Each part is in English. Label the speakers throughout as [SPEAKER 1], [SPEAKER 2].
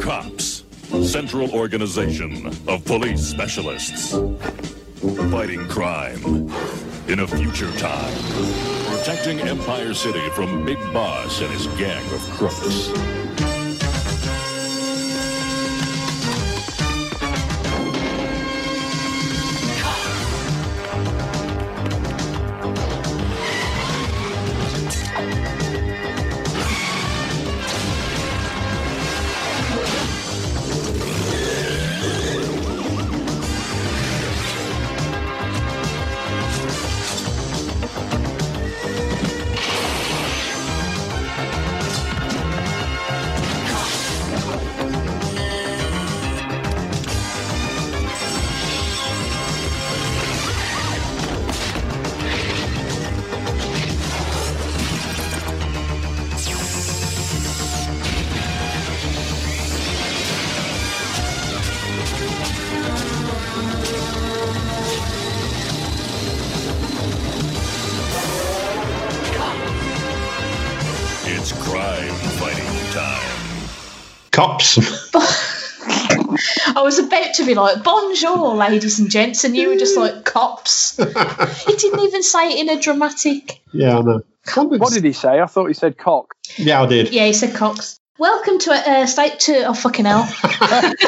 [SPEAKER 1] COPS, Central Organization of Police Specialists. Fighting crime in a future time. Protecting Empire City from Big Boss and his gang of crooks. It's crime fighting time.
[SPEAKER 2] Cops.
[SPEAKER 3] I was about to be like, bonjour, ladies and gents, and you were just like, cops. he didn't even say it in a dramatic.
[SPEAKER 2] yeah, I know.
[SPEAKER 4] What did he say? I thought he said cock.
[SPEAKER 2] yeah, I did.
[SPEAKER 3] Yeah, he said cops. Welcome to uh, state two. Oh, fucking hell.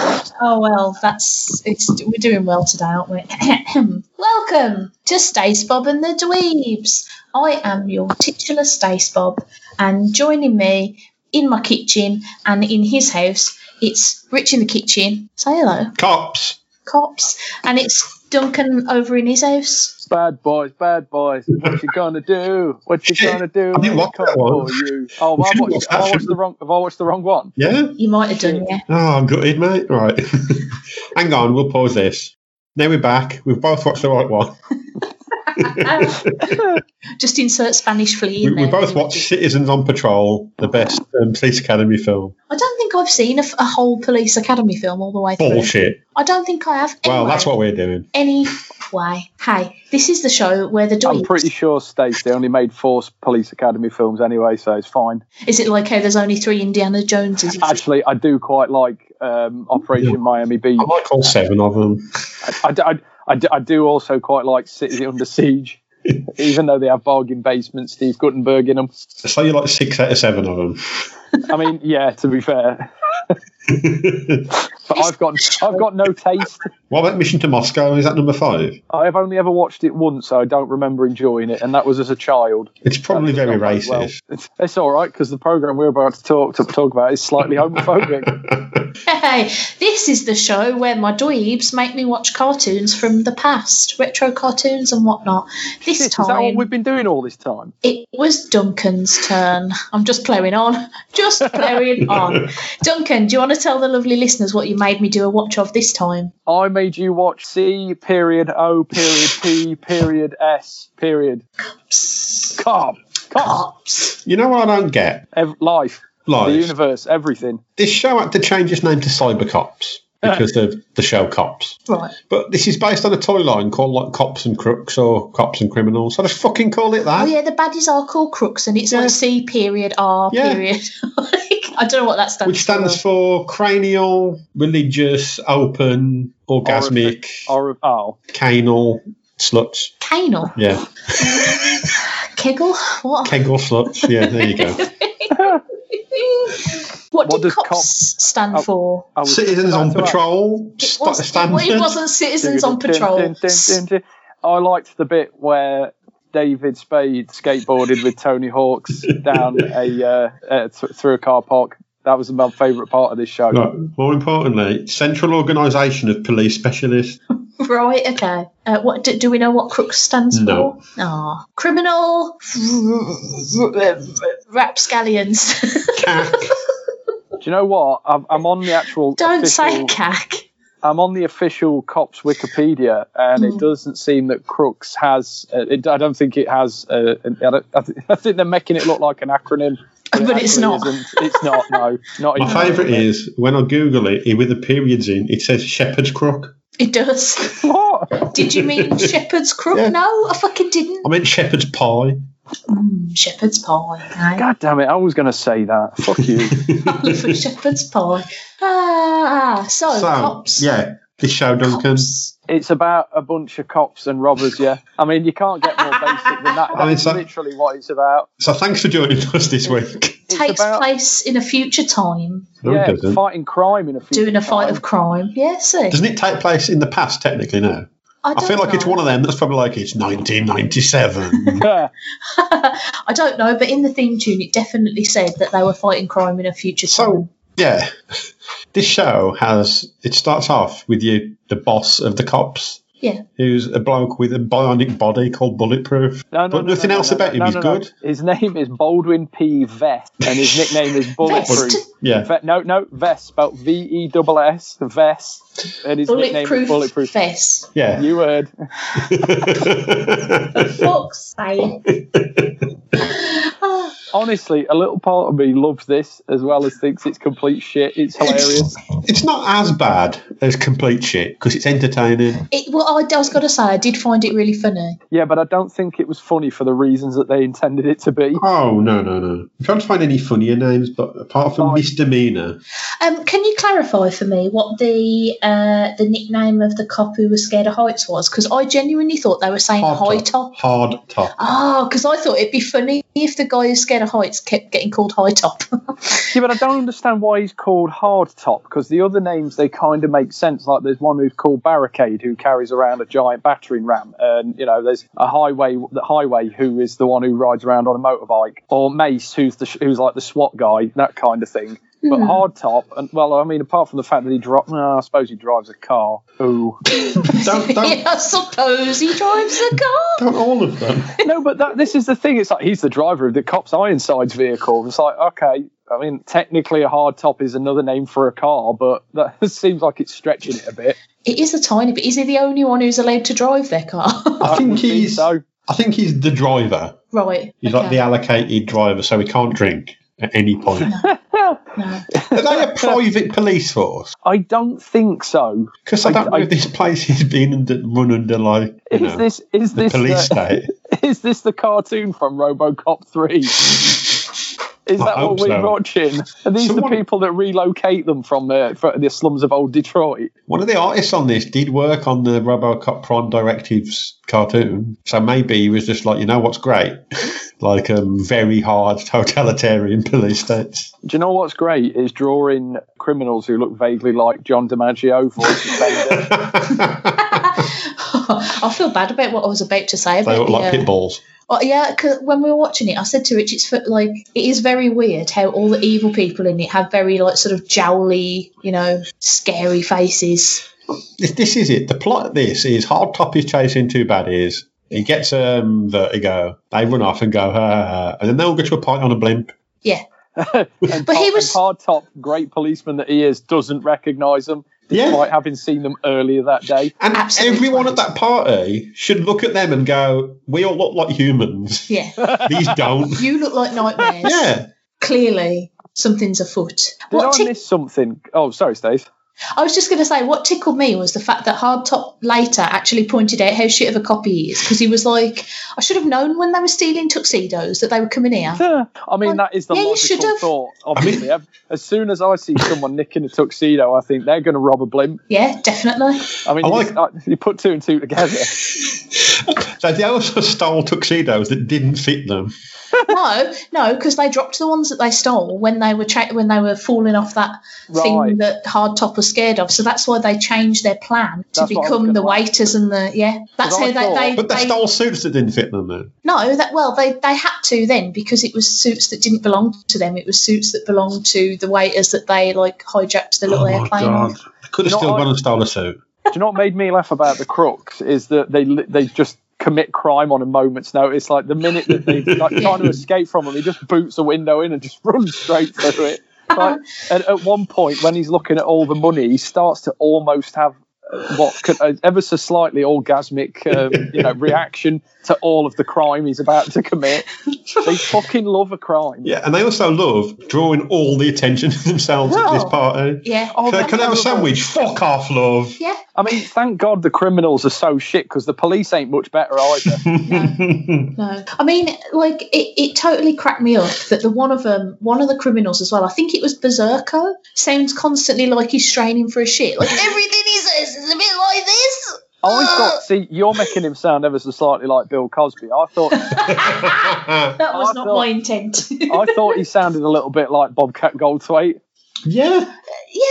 [SPEAKER 4] Uh,
[SPEAKER 3] oh, well, that's. it's We're doing well today, aren't we? Welcome to Stace Bob and the Dweebs. I am your titular Stace Bob, and joining me in my kitchen and in his house, it's Rich in the kitchen. Say hello.
[SPEAKER 2] Cops.
[SPEAKER 3] cops, and it's Duncan over in his house.
[SPEAKER 4] bad boys, bad boys. What you gonna do? What you gonna do?
[SPEAKER 2] I didn't
[SPEAKER 4] when
[SPEAKER 2] watch
[SPEAKER 4] they
[SPEAKER 2] that
[SPEAKER 4] come
[SPEAKER 2] one.
[SPEAKER 4] for You. Oh,
[SPEAKER 2] You
[SPEAKER 4] I
[SPEAKER 2] shouldn't watch that,
[SPEAKER 4] watched, I watched
[SPEAKER 2] shouldn't
[SPEAKER 4] the wrong. Have I watched the wrong one?
[SPEAKER 2] Yeah.
[SPEAKER 3] You might have done, yeah.
[SPEAKER 2] Oh, I'm gutted, mate. Right. Hang on, we'll pause this. Now we're back. We've both watched the right one.
[SPEAKER 3] Ah. Just insert Spanish flea
[SPEAKER 2] We,
[SPEAKER 3] in
[SPEAKER 2] we
[SPEAKER 3] there.
[SPEAKER 2] both watched Citizens on Patrol, the best um, police academy film.
[SPEAKER 3] I don't think I've seen a, f- a whole Police Academy film all the way through.
[SPEAKER 2] Bullshit.
[SPEAKER 3] I don't think I have.
[SPEAKER 2] Oh, Well,
[SPEAKER 3] Anyway-
[SPEAKER 2] that's what we're doing.
[SPEAKER 3] Anyway, hey, this is the show where the
[SPEAKER 4] I'm
[SPEAKER 3] dweebs.
[SPEAKER 4] pretty sure Stacey only made four Police Academy films anyway, so it's fine.
[SPEAKER 3] Is it like how there's only three Indiana Joneses?
[SPEAKER 4] Actually, I do quite like um, Operation Miami Beach.
[SPEAKER 2] I like all seven of them.
[SPEAKER 4] I, I, I do- I do also quite like City Under Siege, even though they have bargain basements, Steve Guttenberg in them.
[SPEAKER 2] So you like six out of seven of them.
[SPEAKER 4] I mean, yeah, to be fair. but I've got I've got no taste.
[SPEAKER 2] What about Mission to Moscow? Is that number five?
[SPEAKER 4] I've only ever watched it once, so I don't remember enjoying it, and that was as a child.
[SPEAKER 2] It's probably very
[SPEAKER 4] Not very
[SPEAKER 2] racist.
[SPEAKER 4] well. It's, it's all right because the program we're about to talk to talk about is slightly homophobic.
[SPEAKER 3] Hey, this is the show where my dweebs make me watch cartoons from the past, retro cartoons and whatnot. This
[SPEAKER 4] Shit,
[SPEAKER 3] time.
[SPEAKER 4] is that what we've been doing all this time?
[SPEAKER 3] It was Duncan's turn. I'm just playing on. Just playing on. Duncan, do you want to tell the lovely listeners what you made me do a watch of this time?
[SPEAKER 4] I made you watch C period O period P period S period. Cobb. Cobb.
[SPEAKER 3] Ops.
[SPEAKER 2] You know what I don't get?
[SPEAKER 4] Ev- life. The
[SPEAKER 2] Life.
[SPEAKER 4] universe. Everything.
[SPEAKER 2] this show had to change its name to Cyber Cops because of the show Cops.
[SPEAKER 3] Right.
[SPEAKER 2] But this is based on a toy line called like Cops and Crooks or Cops and Criminals. So just fucking call it
[SPEAKER 3] Oh
[SPEAKER 2] that.
[SPEAKER 3] yeah, the baddies are called crooks, and it's like C period R
[SPEAKER 2] Yeah.
[SPEAKER 3] period. Like, I don't know what that stands.
[SPEAKER 2] Which stands
[SPEAKER 3] for.
[SPEAKER 2] for cranial, religious, open, orgasmic,
[SPEAKER 4] Or oh.
[SPEAKER 2] canal sluts.
[SPEAKER 3] Canal.
[SPEAKER 2] Yeah.
[SPEAKER 3] Kegel. What?
[SPEAKER 2] Kegel sluts. Yeah, there you go.
[SPEAKER 3] what,
[SPEAKER 4] What
[SPEAKER 3] did
[SPEAKER 4] does
[SPEAKER 3] cops
[SPEAKER 4] cops-
[SPEAKER 3] stand
[SPEAKER 2] Oh,
[SPEAKER 3] for?
[SPEAKER 4] I was
[SPEAKER 2] Citizens
[SPEAKER 4] about
[SPEAKER 2] on
[SPEAKER 4] to ask.
[SPEAKER 2] patrol.
[SPEAKER 3] It,
[SPEAKER 2] st-
[SPEAKER 3] was,
[SPEAKER 2] standard.
[SPEAKER 3] it wasn't citizens on patrol.
[SPEAKER 4] Dun, dun, dun, dun, dun. I liked the bit where David Spade skateboarded with Tony Hawks down a uh, uh, th- through a car park. That was my favourite part of this show.
[SPEAKER 2] Right, more importantly, Central Organisation of Police Specialists.
[SPEAKER 3] Right. Okay. Uh, what do, do we know? What crooks stands
[SPEAKER 2] No.
[SPEAKER 3] for? Ah, criminal rapscallions.
[SPEAKER 2] Cack.
[SPEAKER 4] Do you know what? I'm, I'm on the actual.
[SPEAKER 3] Don't say
[SPEAKER 4] official,
[SPEAKER 3] cack.
[SPEAKER 4] I'm on the official cops Wikipedia, and
[SPEAKER 3] Mm.
[SPEAKER 4] it doesn't seem that Crooks has. Uh, it, I don't think it has. Uh, an, I, don't, I, th- I think they're making it look like an acronym, it
[SPEAKER 3] But it's
[SPEAKER 4] actually
[SPEAKER 3] not.
[SPEAKER 4] isn't. It's not. No, not
[SPEAKER 2] My
[SPEAKER 4] even a
[SPEAKER 2] favourite
[SPEAKER 4] little bit.
[SPEAKER 2] is when I Google it, it- with the periods in, it says Shepherd's Crook.
[SPEAKER 3] It does.
[SPEAKER 4] What?
[SPEAKER 3] Did you mean shepherd's crook?
[SPEAKER 2] Yeah.
[SPEAKER 3] No, I fucking didn't.
[SPEAKER 2] I meant Shepherd's Pie.
[SPEAKER 3] Mm, shepherd's pie. eh?
[SPEAKER 4] God damn it! I was going to say that. Fuck you.
[SPEAKER 2] Oh,
[SPEAKER 3] Look for shepherd's pie. Ah, so,
[SPEAKER 2] so,
[SPEAKER 3] cops.
[SPEAKER 2] yeah, this show, Duncan.
[SPEAKER 3] Cops.
[SPEAKER 4] it's about a bunch of cops and robbers. Yeah, I mean you can't get more basic than that.
[SPEAKER 2] I mean,
[SPEAKER 4] That's
[SPEAKER 2] so-
[SPEAKER 4] literally what it's about.
[SPEAKER 2] So thanks for joining us this week.
[SPEAKER 4] It's
[SPEAKER 3] Takes
[SPEAKER 4] about
[SPEAKER 3] place in a future time,
[SPEAKER 2] No,
[SPEAKER 4] yeah,
[SPEAKER 2] it doesn't.
[SPEAKER 4] fighting crime in a few
[SPEAKER 3] doing a fight of crime. Yeah, see.
[SPEAKER 2] Doesn't it take place in the past, technically, now?
[SPEAKER 3] I,
[SPEAKER 2] I
[SPEAKER 3] don't
[SPEAKER 2] feel like
[SPEAKER 3] know.
[SPEAKER 2] it's one of them that's probably like, it's 1997.
[SPEAKER 4] crime.
[SPEAKER 3] I don't know, but in the theme tune, it definitely said that they were fighting crime in a future time.
[SPEAKER 2] so, yeah, this show has, it starts off with you, the boss of the cops.
[SPEAKER 3] Yeah.
[SPEAKER 2] Who's a bloke with a bionic body called Bulletproof.
[SPEAKER 4] No, no,
[SPEAKER 2] but
[SPEAKER 4] no,
[SPEAKER 2] nothing
[SPEAKER 4] no, no,
[SPEAKER 2] else
[SPEAKER 4] no,
[SPEAKER 2] about him
[SPEAKER 4] no,
[SPEAKER 2] is
[SPEAKER 4] no, no.
[SPEAKER 2] good.
[SPEAKER 4] His name is Baldwin P. Vest, and his nickname is Bulletproof.
[SPEAKER 3] Vest.
[SPEAKER 2] Yeah.
[SPEAKER 4] Ve- no, no, Vest, spelled V E double S, Vest, and his nickname
[SPEAKER 3] Bulletproof,
[SPEAKER 4] is Bulletproof.
[SPEAKER 3] vest.
[SPEAKER 2] Yeah.
[SPEAKER 4] You heard.
[SPEAKER 3] Fuck's sake. Ah,
[SPEAKER 4] Honestly, a little part of me loves this as well as thinks it's complete shit. It's hilarious.
[SPEAKER 2] it's not as bad as complete shit because it's entertaining.
[SPEAKER 3] it, well, I, I was going to say, I did find it really funny.
[SPEAKER 4] Yeah, but I don't think it was funny for the reasons that they intended it to be.
[SPEAKER 2] Oh no no no! I'm trying to find any funnier names, but apart from
[SPEAKER 4] Oh.
[SPEAKER 2] misdemeanor,
[SPEAKER 3] Um, can you clarify for me what the uh, the nickname of the cop who was scared of heights was? Because I genuinely thought they were saying high
[SPEAKER 2] hard
[SPEAKER 3] top.
[SPEAKER 2] top, hard top.
[SPEAKER 3] Oh, because I thought it'd be funny if the guy who's scared of heights kept getting called high top.
[SPEAKER 4] Yeah, but I don't understand why he's called Hard Top because the other names they kind of make sense. Like there's one who's called Barricade who carries around a giant battering ram, and you know there's a highway the highway who is the one who rides around on a motorbike, or Mace who's the who's like the SWAT guy, that kind of thing. But Hard Top, and well, I mean, apart from the fact that he dropped, no, I suppose he drives a car. Ooh,
[SPEAKER 2] Don't don't,
[SPEAKER 3] I suppose he drives a car.
[SPEAKER 2] don't all of them.
[SPEAKER 4] no, but that this is the thing. It's like he's the driver of the cops Ironside's vehicle. It's like okay. I mean, technically, a hard top is another name for a car, but that seems like it's stretching it a bit.
[SPEAKER 3] It is a tiny bit. Is he the only one who's allowed to drive their car?
[SPEAKER 2] I think
[SPEAKER 4] would be
[SPEAKER 2] he's
[SPEAKER 4] so.
[SPEAKER 2] I think he's the driver.
[SPEAKER 3] right.
[SPEAKER 2] He's
[SPEAKER 3] okay.
[SPEAKER 2] like the allocated driver, so he can't drink at any point.
[SPEAKER 3] No.
[SPEAKER 2] Are they a private police force?
[SPEAKER 4] I don't think so.
[SPEAKER 2] Because I
[SPEAKER 4] I-
[SPEAKER 2] don't know
[SPEAKER 4] I-
[SPEAKER 2] if this place is being under, run under like you
[SPEAKER 4] Is
[SPEAKER 2] know,
[SPEAKER 4] this is
[SPEAKER 2] the
[SPEAKER 4] this
[SPEAKER 2] police
[SPEAKER 4] the,
[SPEAKER 2] state.
[SPEAKER 4] is this the cartoon from RoboCop three? Is that
[SPEAKER 2] hope
[SPEAKER 4] what we're
[SPEAKER 2] so.
[SPEAKER 4] watching? Are these
[SPEAKER 2] Someone-
[SPEAKER 4] the people that relocate them from the, from the slums of old Detroit?
[SPEAKER 2] One of the artists on this did work on the RoboCop Prime Directives cartoon, so maybe he was just like, you know what's great, like um, very hard totalitarian police states.
[SPEAKER 4] Do you know what's great is drawing criminals who look vaguely like John DiMaggio, voice of Bender.
[SPEAKER 3] I feel bad about what I was about to say.
[SPEAKER 2] They
[SPEAKER 3] about
[SPEAKER 2] look
[SPEAKER 3] the,
[SPEAKER 2] like
[SPEAKER 3] uh,
[SPEAKER 2] pit bulls.
[SPEAKER 3] Oh, yeah, 'cause when we were watching it, I said to Rich, it's for, like it is very weird how all the evil people in it have very like sort of jowly, you know, scary faces.
[SPEAKER 2] This, this is it. The plot of this is Hardtop is chasing two baddies. He gets um, vertigo. They run off and go, ha, ha, ha. and then they all go to a pint on a blimp.
[SPEAKER 3] Yeah,
[SPEAKER 4] And
[SPEAKER 3] But he
[SPEAKER 4] Top-
[SPEAKER 3] was-
[SPEAKER 4] and hard top, great policeman that he is, doesn't recognise them
[SPEAKER 2] Yeah.
[SPEAKER 4] despite having seen them earlier that day.
[SPEAKER 2] And
[SPEAKER 3] Absolutely
[SPEAKER 2] everyone
[SPEAKER 3] right.
[SPEAKER 2] at that party should look at them and go, we all look like humans.
[SPEAKER 3] yeah.
[SPEAKER 2] These don't.
[SPEAKER 3] you look like nightmares.
[SPEAKER 2] yeah.
[SPEAKER 3] Clearly, something's afoot.
[SPEAKER 4] Did
[SPEAKER 3] What
[SPEAKER 4] I
[SPEAKER 3] tick-
[SPEAKER 4] miss something? Oh, sorry, Steve.
[SPEAKER 3] I was just going to say, what tickled me was the fact that Hardtop later actually pointed out how shit of a copy he is because he was like, I should have known when they were stealing tuxedos that they were coming here.
[SPEAKER 4] Yeah. I mean, that is the
[SPEAKER 3] Um, Yeah, you
[SPEAKER 4] logical
[SPEAKER 3] should've.
[SPEAKER 4] thought, obviously. I've- as soon as I see someone nicking a tuxedo, I think they're going to rob a blimp.
[SPEAKER 3] Yeah, definitely.
[SPEAKER 4] I mean,
[SPEAKER 2] I
[SPEAKER 4] you,
[SPEAKER 2] like-
[SPEAKER 4] just- uh, you put two and two together.
[SPEAKER 2] So they also stole tuxedos that didn't fit them.
[SPEAKER 3] no, no, because they dropped the ones that they stole when they were cha- when they were falling off that
[SPEAKER 4] Right.
[SPEAKER 3] thing that Hardtop was scared of. So that's why they changed their plan to
[SPEAKER 4] That's what I was
[SPEAKER 3] become the
[SPEAKER 4] gonna ask.
[SPEAKER 3] waiters and the yeah. That's how
[SPEAKER 4] I
[SPEAKER 3] they,
[SPEAKER 4] thought-
[SPEAKER 3] they,
[SPEAKER 2] But they
[SPEAKER 3] they
[SPEAKER 2] stole suits that didn't fit them then.
[SPEAKER 3] no that well they they had to then because it was suits that didn't belong to them. It was suits that belonged to the waiters that they like hijacked the little
[SPEAKER 2] Oh
[SPEAKER 3] airplane. on.
[SPEAKER 2] They could have
[SPEAKER 4] No,
[SPEAKER 2] still
[SPEAKER 4] I-
[SPEAKER 2] gone and stole a suit.
[SPEAKER 4] Do you know what made me laugh about the crooks is that they li- they just commit crime on a moment's notice. Like the minute that they like trying to escape from them, he just boots a window in and just runs straight through it. Like, and at one point, when he's looking at all the money, he starts to almost have what could uh, ever so slightly orgasmic, um, you know, reaction to all of the crime he's about to commit. They fucking love a crime.
[SPEAKER 2] Yeah, and they also love drawing all the attention to themselves at this
[SPEAKER 3] Well,
[SPEAKER 2] party.
[SPEAKER 3] Yeah.
[SPEAKER 4] Oh,
[SPEAKER 2] Can I,
[SPEAKER 4] that's
[SPEAKER 2] can I have a
[SPEAKER 4] horrible.
[SPEAKER 2] sandwich? Fuck off, love.
[SPEAKER 3] Yeah.
[SPEAKER 4] I mean, thank God the criminals are so shit because the police ain't much better either.
[SPEAKER 3] No. I mean, like, it, it totally cracked me up that the one of them, one of the criminals as well, I think it was Berserker, sounds constantly like he's straining for a shit. Like, everything he says is a bit like this.
[SPEAKER 4] I thought, see, you're making him sound ever so slightly like Bill Cosby. I thought, I
[SPEAKER 2] Uh,
[SPEAKER 3] That was
[SPEAKER 4] I
[SPEAKER 3] not
[SPEAKER 4] thought-
[SPEAKER 3] my intent.
[SPEAKER 4] thought he sounded a little bit like Bobcat Goldthwait.
[SPEAKER 2] yeah.
[SPEAKER 3] yeah.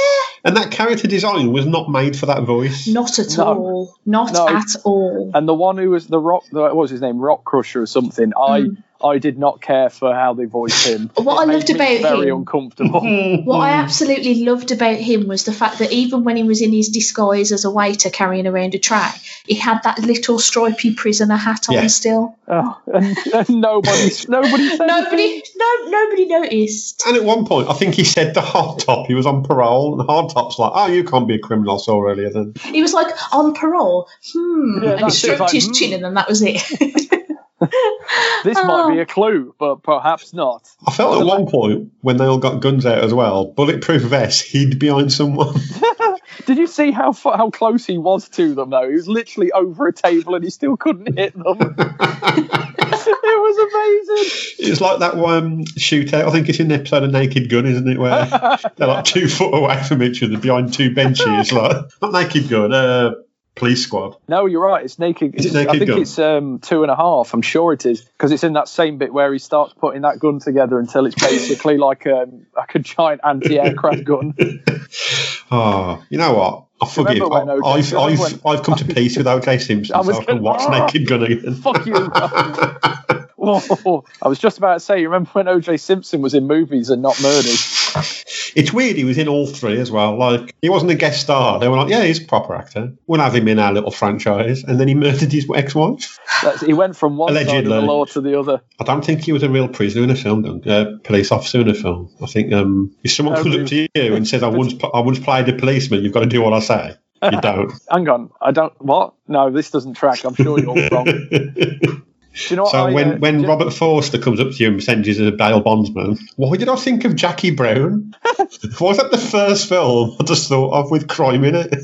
[SPEAKER 2] And that character design was not made for that voice.
[SPEAKER 3] Not at
[SPEAKER 4] No.
[SPEAKER 3] all. Not
[SPEAKER 4] No.
[SPEAKER 3] at all.
[SPEAKER 4] And the one who was the rock, the, what was his name, Rock Crusher or something. I, I did not care for how they voiced him.
[SPEAKER 3] Hmm. What I
[SPEAKER 4] made
[SPEAKER 3] loved
[SPEAKER 4] me
[SPEAKER 3] about
[SPEAKER 4] very
[SPEAKER 3] him-
[SPEAKER 4] uncomfortable.
[SPEAKER 2] Mm.
[SPEAKER 3] What
[SPEAKER 4] Mm.
[SPEAKER 3] I absolutely loved about him was the fact that even when he was in his disguise as a waiter carrying around a tray, he had that little stripy prisoner hat on
[SPEAKER 2] Yeah.
[SPEAKER 3] still.
[SPEAKER 4] oh, and, and nobody, nobody said anything.
[SPEAKER 3] Nobody, no, nobody noticed.
[SPEAKER 2] And at one point, I think he said to Hardtop, he was on parole, and Hardtop's like, oh, you can't be a criminal so earlier then.
[SPEAKER 3] He was like on parole. Hmm,
[SPEAKER 4] Yeah,
[SPEAKER 3] and he
[SPEAKER 4] that's it,
[SPEAKER 3] stroked
[SPEAKER 4] like,
[SPEAKER 3] his
[SPEAKER 4] hmm.
[SPEAKER 3] chin, and then that was it.
[SPEAKER 4] This might
[SPEAKER 3] oh.
[SPEAKER 4] be a clue, but perhaps not.
[SPEAKER 2] I felt at one point, when they all got guns out as well, bulletproof vest hid behind someone.
[SPEAKER 4] Did you see how fu- how close he was to them though? He was literally over a table and he still couldn't hit them. it was amazing.
[SPEAKER 2] It's like that one shootout. I think it's in the episode of Naked Gun, isn't it? Where they're like two foot away from each other behind two benches. Like not Naked Gun, uh, Police Squad.
[SPEAKER 4] No, you're right. It's naked.
[SPEAKER 2] Is it
[SPEAKER 4] I
[SPEAKER 2] Naked
[SPEAKER 4] think
[SPEAKER 2] Gun?
[SPEAKER 4] it's um, two and a half. I'm sure it is because it's in that same bit where he starts putting that gun together until it's basically like um, like a giant anti-aircraft gun.
[SPEAKER 2] Oh, you know what? I forgive.
[SPEAKER 4] Remember when
[SPEAKER 2] I,
[SPEAKER 4] O.J.
[SPEAKER 2] I've, I've,
[SPEAKER 4] remember
[SPEAKER 2] I've, come to peace with O.J. Simpson.
[SPEAKER 4] I was
[SPEAKER 2] so I can
[SPEAKER 4] gonna-
[SPEAKER 2] watch Naked Gun again.
[SPEAKER 4] Fuck you. Whoa. I was just about to say. You remember when O.J. Simpson was in movies and not murders?
[SPEAKER 2] It's weird. He was in all three as well. Like he wasn't a guest star. They were like, yeah, he's a proper actor. We'll have him in our little franchise. And then he murdered his ex-wife.
[SPEAKER 4] That's, he went from one side of the
[SPEAKER 2] Allegedly.
[SPEAKER 4] law to the other.
[SPEAKER 2] I don't think he was a real prisoner in a film, Dunk- uh, police officer in a film. I think um, if someone
[SPEAKER 4] Oh,
[SPEAKER 2] comes up to you and says, "I once, pl- I once played a policeman," you've got to do what I say. You don't.
[SPEAKER 4] Hang on, I don't. What? No, this doesn't track. I'm sure you're wrong. Do you know what?
[SPEAKER 2] So
[SPEAKER 4] I,
[SPEAKER 2] when,
[SPEAKER 4] uh,
[SPEAKER 2] when
[SPEAKER 4] ju-
[SPEAKER 2] Robert Forster comes up to you and sends you as a bail bondsman, why did I think of Jackie Brown? Was that the first film I just thought of with crime in it?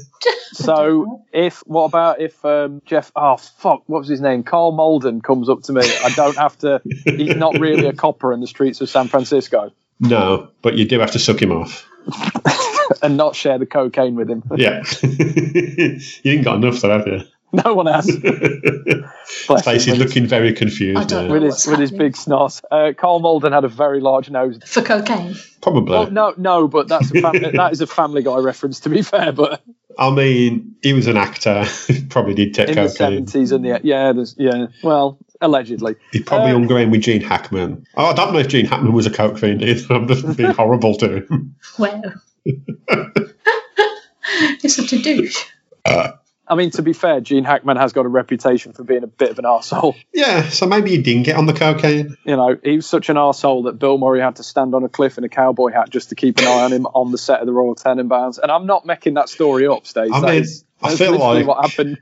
[SPEAKER 4] so if what about if um, Jeff? Oh fuck, what was his name? Carl Malden comes up to me. I don't have to. He's not really a copper in the streets of San Francisco,
[SPEAKER 2] No, but you do have to suck him off.
[SPEAKER 4] and not share the cocaine with him.
[SPEAKER 2] Yeah, you ain't got enough though, have you?
[SPEAKER 4] No one has. Bless him,
[SPEAKER 2] Stacey's
[SPEAKER 4] with,
[SPEAKER 2] looking very
[SPEAKER 3] I
[SPEAKER 2] confused.
[SPEAKER 3] don't
[SPEAKER 2] now.
[SPEAKER 4] with
[SPEAKER 3] know.
[SPEAKER 4] his with his big snot. Uh, Carl Malden had a very large nose.
[SPEAKER 3] For cocaine.
[SPEAKER 2] Probably.
[SPEAKER 4] Well, no, no, but that's a family, that is a Family Guy reference. To be fair, but
[SPEAKER 2] I mean, he was an actor. probably did take
[SPEAKER 4] in the
[SPEAKER 2] cocaine.
[SPEAKER 4] seventies and the yeah, there's, yeah. Well, allegedly.
[SPEAKER 2] He probably
[SPEAKER 4] Uh,
[SPEAKER 2] hung around with Gene Hackman. Oh, I don't know if Gene Hackman was a coke fiend either. I'm just being horrible to him.
[SPEAKER 3] Wow. You're such a douche.
[SPEAKER 4] I mean, to be fair, Gene Hackman has got a reputation for being a bit of an arsehole.
[SPEAKER 2] Yeah, so maybe he didn't get on the cocaine.
[SPEAKER 4] You know, he was such an arsehole that Bill Murray had to stand on a cliff in a cowboy hat just to keep an eye on him on the set of the Royal Tenenbaums. And I'm not making that story up, Stacey.
[SPEAKER 2] I
[SPEAKER 4] That
[SPEAKER 2] mean,
[SPEAKER 4] is-
[SPEAKER 2] I
[SPEAKER 4] that's
[SPEAKER 2] feel
[SPEAKER 4] literally
[SPEAKER 2] like-
[SPEAKER 4] what happened.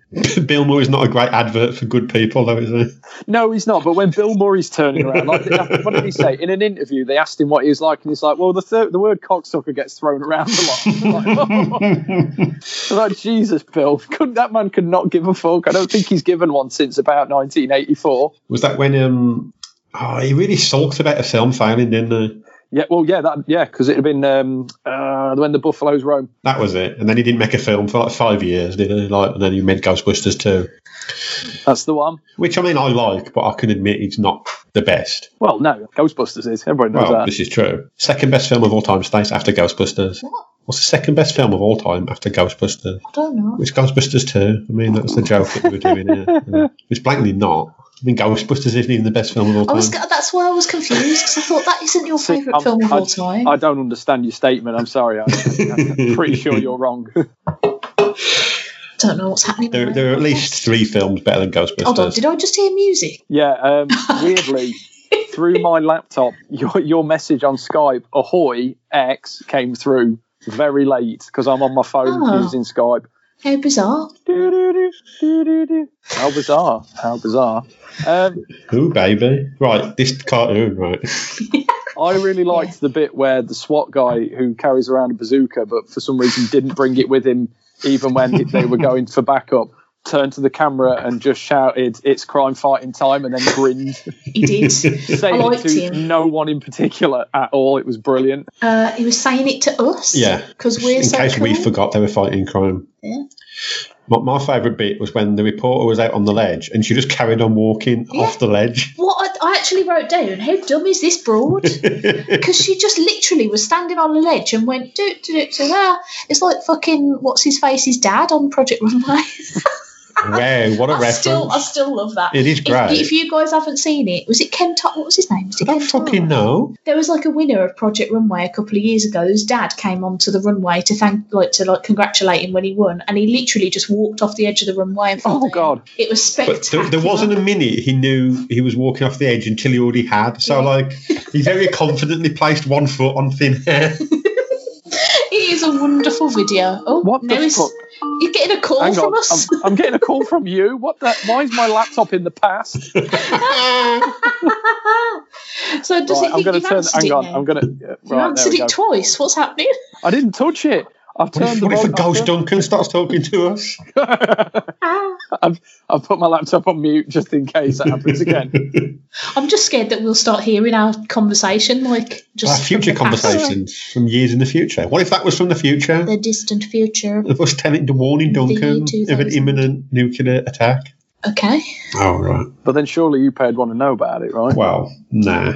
[SPEAKER 2] Bill Murray's not a great advert for good people, though, is he?
[SPEAKER 4] No, he's not. But when Bill Murray's turning around, like, what did he say in an interview? They asked him what he was like, and he's like, "Well, the th- the word cocksucker gets thrown around a lot." like, like, Jesus, Bill, could that man could not give a fuck? I don't think he's given one since about 1984.
[SPEAKER 2] Was that when um, oh, he really sulked about a film failing, didn't he?
[SPEAKER 4] Yeah, well, yeah, that yeah, because it'd have been um, uh, when the Buffaloes roam.
[SPEAKER 2] That was it. And then he didn't make a film for like five years, did he? Like, and then he made Ghostbusters too,
[SPEAKER 4] That's the one.
[SPEAKER 2] which I mean, I like, but I can admit it's not the best.
[SPEAKER 4] Well, no, Ghostbusters is. Everybody knows
[SPEAKER 2] Well,
[SPEAKER 4] that.
[SPEAKER 2] this is true. Second best film of all time, Stace, after Ghostbusters. What's the second best film of all time after Ghostbusters?
[SPEAKER 3] I don't know.
[SPEAKER 2] It's Ghostbusters 2. I mean, that's the joke that we were doing here. Yeah. It's blankly not. I mean, Ghostbusters isn't even the best film of all
[SPEAKER 3] I
[SPEAKER 2] time.
[SPEAKER 3] was, that's why I was confused because I thought that isn't your
[SPEAKER 4] See,
[SPEAKER 3] favourite
[SPEAKER 4] I'm-
[SPEAKER 3] film of
[SPEAKER 4] I-
[SPEAKER 3] all time.
[SPEAKER 4] I don't understand your statement. I'm sorry. I, I'm pretty sure you're wrong.
[SPEAKER 3] don't know what's happening.
[SPEAKER 2] there, there are at least three films better than Ghostbusters.
[SPEAKER 3] Hold on, Oh, did I just hear music?
[SPEAKER 4] Yeah, um, weirdly, through my laptop, your, your message on Skype, ahoy, X, came through very late because I'm on my phone
[SPEAKER 3] Oh.
[SPEAKER 4] using Skype.
[SPEAKER 3] How bizarre.
[SPEAKER 4] Doo-doo-doo, doo-doo-doo. How bizarre! How bizarre! Um,
[SPEAKER 2] Ooh, baby. Right, this cartoon, right.
[SPEAKER 4] I really liked the bit where the SWAT guy who carries around a bazooka, but for some reason didn't bring it with him, even when he- they were going for backup. Turned to the camera and just shouted, "It's crime fighting time!" and then grinned,
[SPEAKER 3] He did.
[SPEAKER 4] saying it
[SPEAKER 3] liked
[SPEAKER 4] to
[SPEAKER 3] him.
[SPEAKER 4] no one in particular at all. It was brilliant.
[SPEAKER 3] uh, he was saying it to us.
[SPEAKER 2] Yeah.
[SPEAKER 3] Because we're
[SPEAKER 2] in
[SPEAKER 3] so
[SPEAKER 2] case
[SPEAKER 3] cool.
[SPEAKER 2] we forgot they were fighting crime.
[SPEAKER 3] Yeah.
[SPEAKER 2] My, my favourite bit was when the reporter was out on the ledge and she just carried on walking
[SPEAKER 3] Yeah.
[SPEAKER 2] off the ledge.
[SPEAKER 3] What I, I actually wrote down, how dumb is this broad? Because she just literally was standing on a ledge and went do do do do. ah. It's like fucking what's his face's dad on Project Runway.
[SPEAKER 2] wow, what a
[SPEAKER 3] I
[SPEAKER 2] reference.
[SPEAKER 3] still I still love that.
[SPEAKER 2] It is
[SPEAKER 3] If-
[SPEAKER 2] great.
[SPEAKER 3] If, you guys haven't seen it, was it Ken Tuck? What was his name? Was
[SPEAKER 2] I
[SPEAKER 3] it
[SPEAKER 2] don't
[SPEAKER 3] Ken Tuck?
[SPEAKER 2] fucking know.
[SPEAKER 3] There was like a winner of Project Runway a couple of years ago whose dad came onto the runway to thank, like, to like congratulate him when he won, and he literally just walked off the edge of the runway. And fell
[SPEAKER 4] Oh
[SPEAKER 3] down.
[SPEAKER 4] God!
[SPEAKER 3] It was
[SPEAKER 2] But
[SPEAKER 3] spectacular.
[SPEAKER 2] there, there wasn't a minute he knew he was walking off the edge until he already had. So,
[SPEAKER 3] Yeah.
[SPEAKER 2] like, he very confidently placed one foot on thin air.
[SPEAKER 3] It is a wonderful video. Oh,
[SPEAKER 4] What
[SPEAKER 3] now
[SPEAKER 4] the
[SPEAKER 3] he's,
[SPEAKER 4] fuck?
[SPEAKER 3] you're getting a call
[SPEAKER 4] Hang
[SPEAKER 3] from
[SPEAKER 4] on,
[SPEAKER 3] us.
[SPEAKER 4] I'm, I'm getting a call from you. What the? Why is my laptop in the past?
[SPEAKER 3] so does
[SPEAKER 4] Right,
[SPEAKER 3] it
[SPEAKER 4] I'm
[SPEAKER 3] think
[SPEAKER 4] going
[SPEAKER 3] you've
[SPEAKER 4] to turn.
[SPEAKER 3] answered
[SPEAKER 4] Hang
[SPEAKER 3] it
[SPEAKER 4] on,
[SPEAKER 3] now?
[SPEAKER 4] I'm going to.
[SPEAKER 3] You
[SPEAKER 4] right, there
[SPEAKER 3] answered
[SPEAKER 4] we
[SPEAKER 3] it
[SPEAKER 4] go.
[SPEAKER 3] twice. What's happening?
[SPEAKER 4] I didn't touch it. I've
[SPEAKER 2] What
[SPEAKER 4] turned
[SPEAKER 2] if,
[SPEAKER 4] the
[SPEAKER 2] what if a
[SPEAKER 4] wrong- I've
[SPEAKER 2] ghost
[SPEAKER 4] turned-
[SPEAKER 2] Duncan starts talking to us?
[SPEAKER 3] Ah.
[SPEAKER 4] I've put my laptop on mute just in case that happens again.
[SPEAKER 3] I'm just scared that we'll start hearing our conversation, like
[SPEAKER 2] Our
[SPEAKER 3] just from
[SPEAKER 2] future
[SPEAKER 3] the past.
[SPEAKER 2] conversations from years in the future. What if that was from the future?
[SPEAKER 3] the distant future.
[SPEAKER 2] Of us telling the warning
[SPEAKER 3] The year
[SPEAKER 2] Duncan of an
[SPEAKER 3] 2000.
[SPEAKER 2] imminent nuclear attack?
[SPEAKER 3] Okay.
[SPEAKER 2] Oh, right.
[SPEAKER 4] But then surely you paid want to know about it, right?
[SPEAKER 2] Well, nah.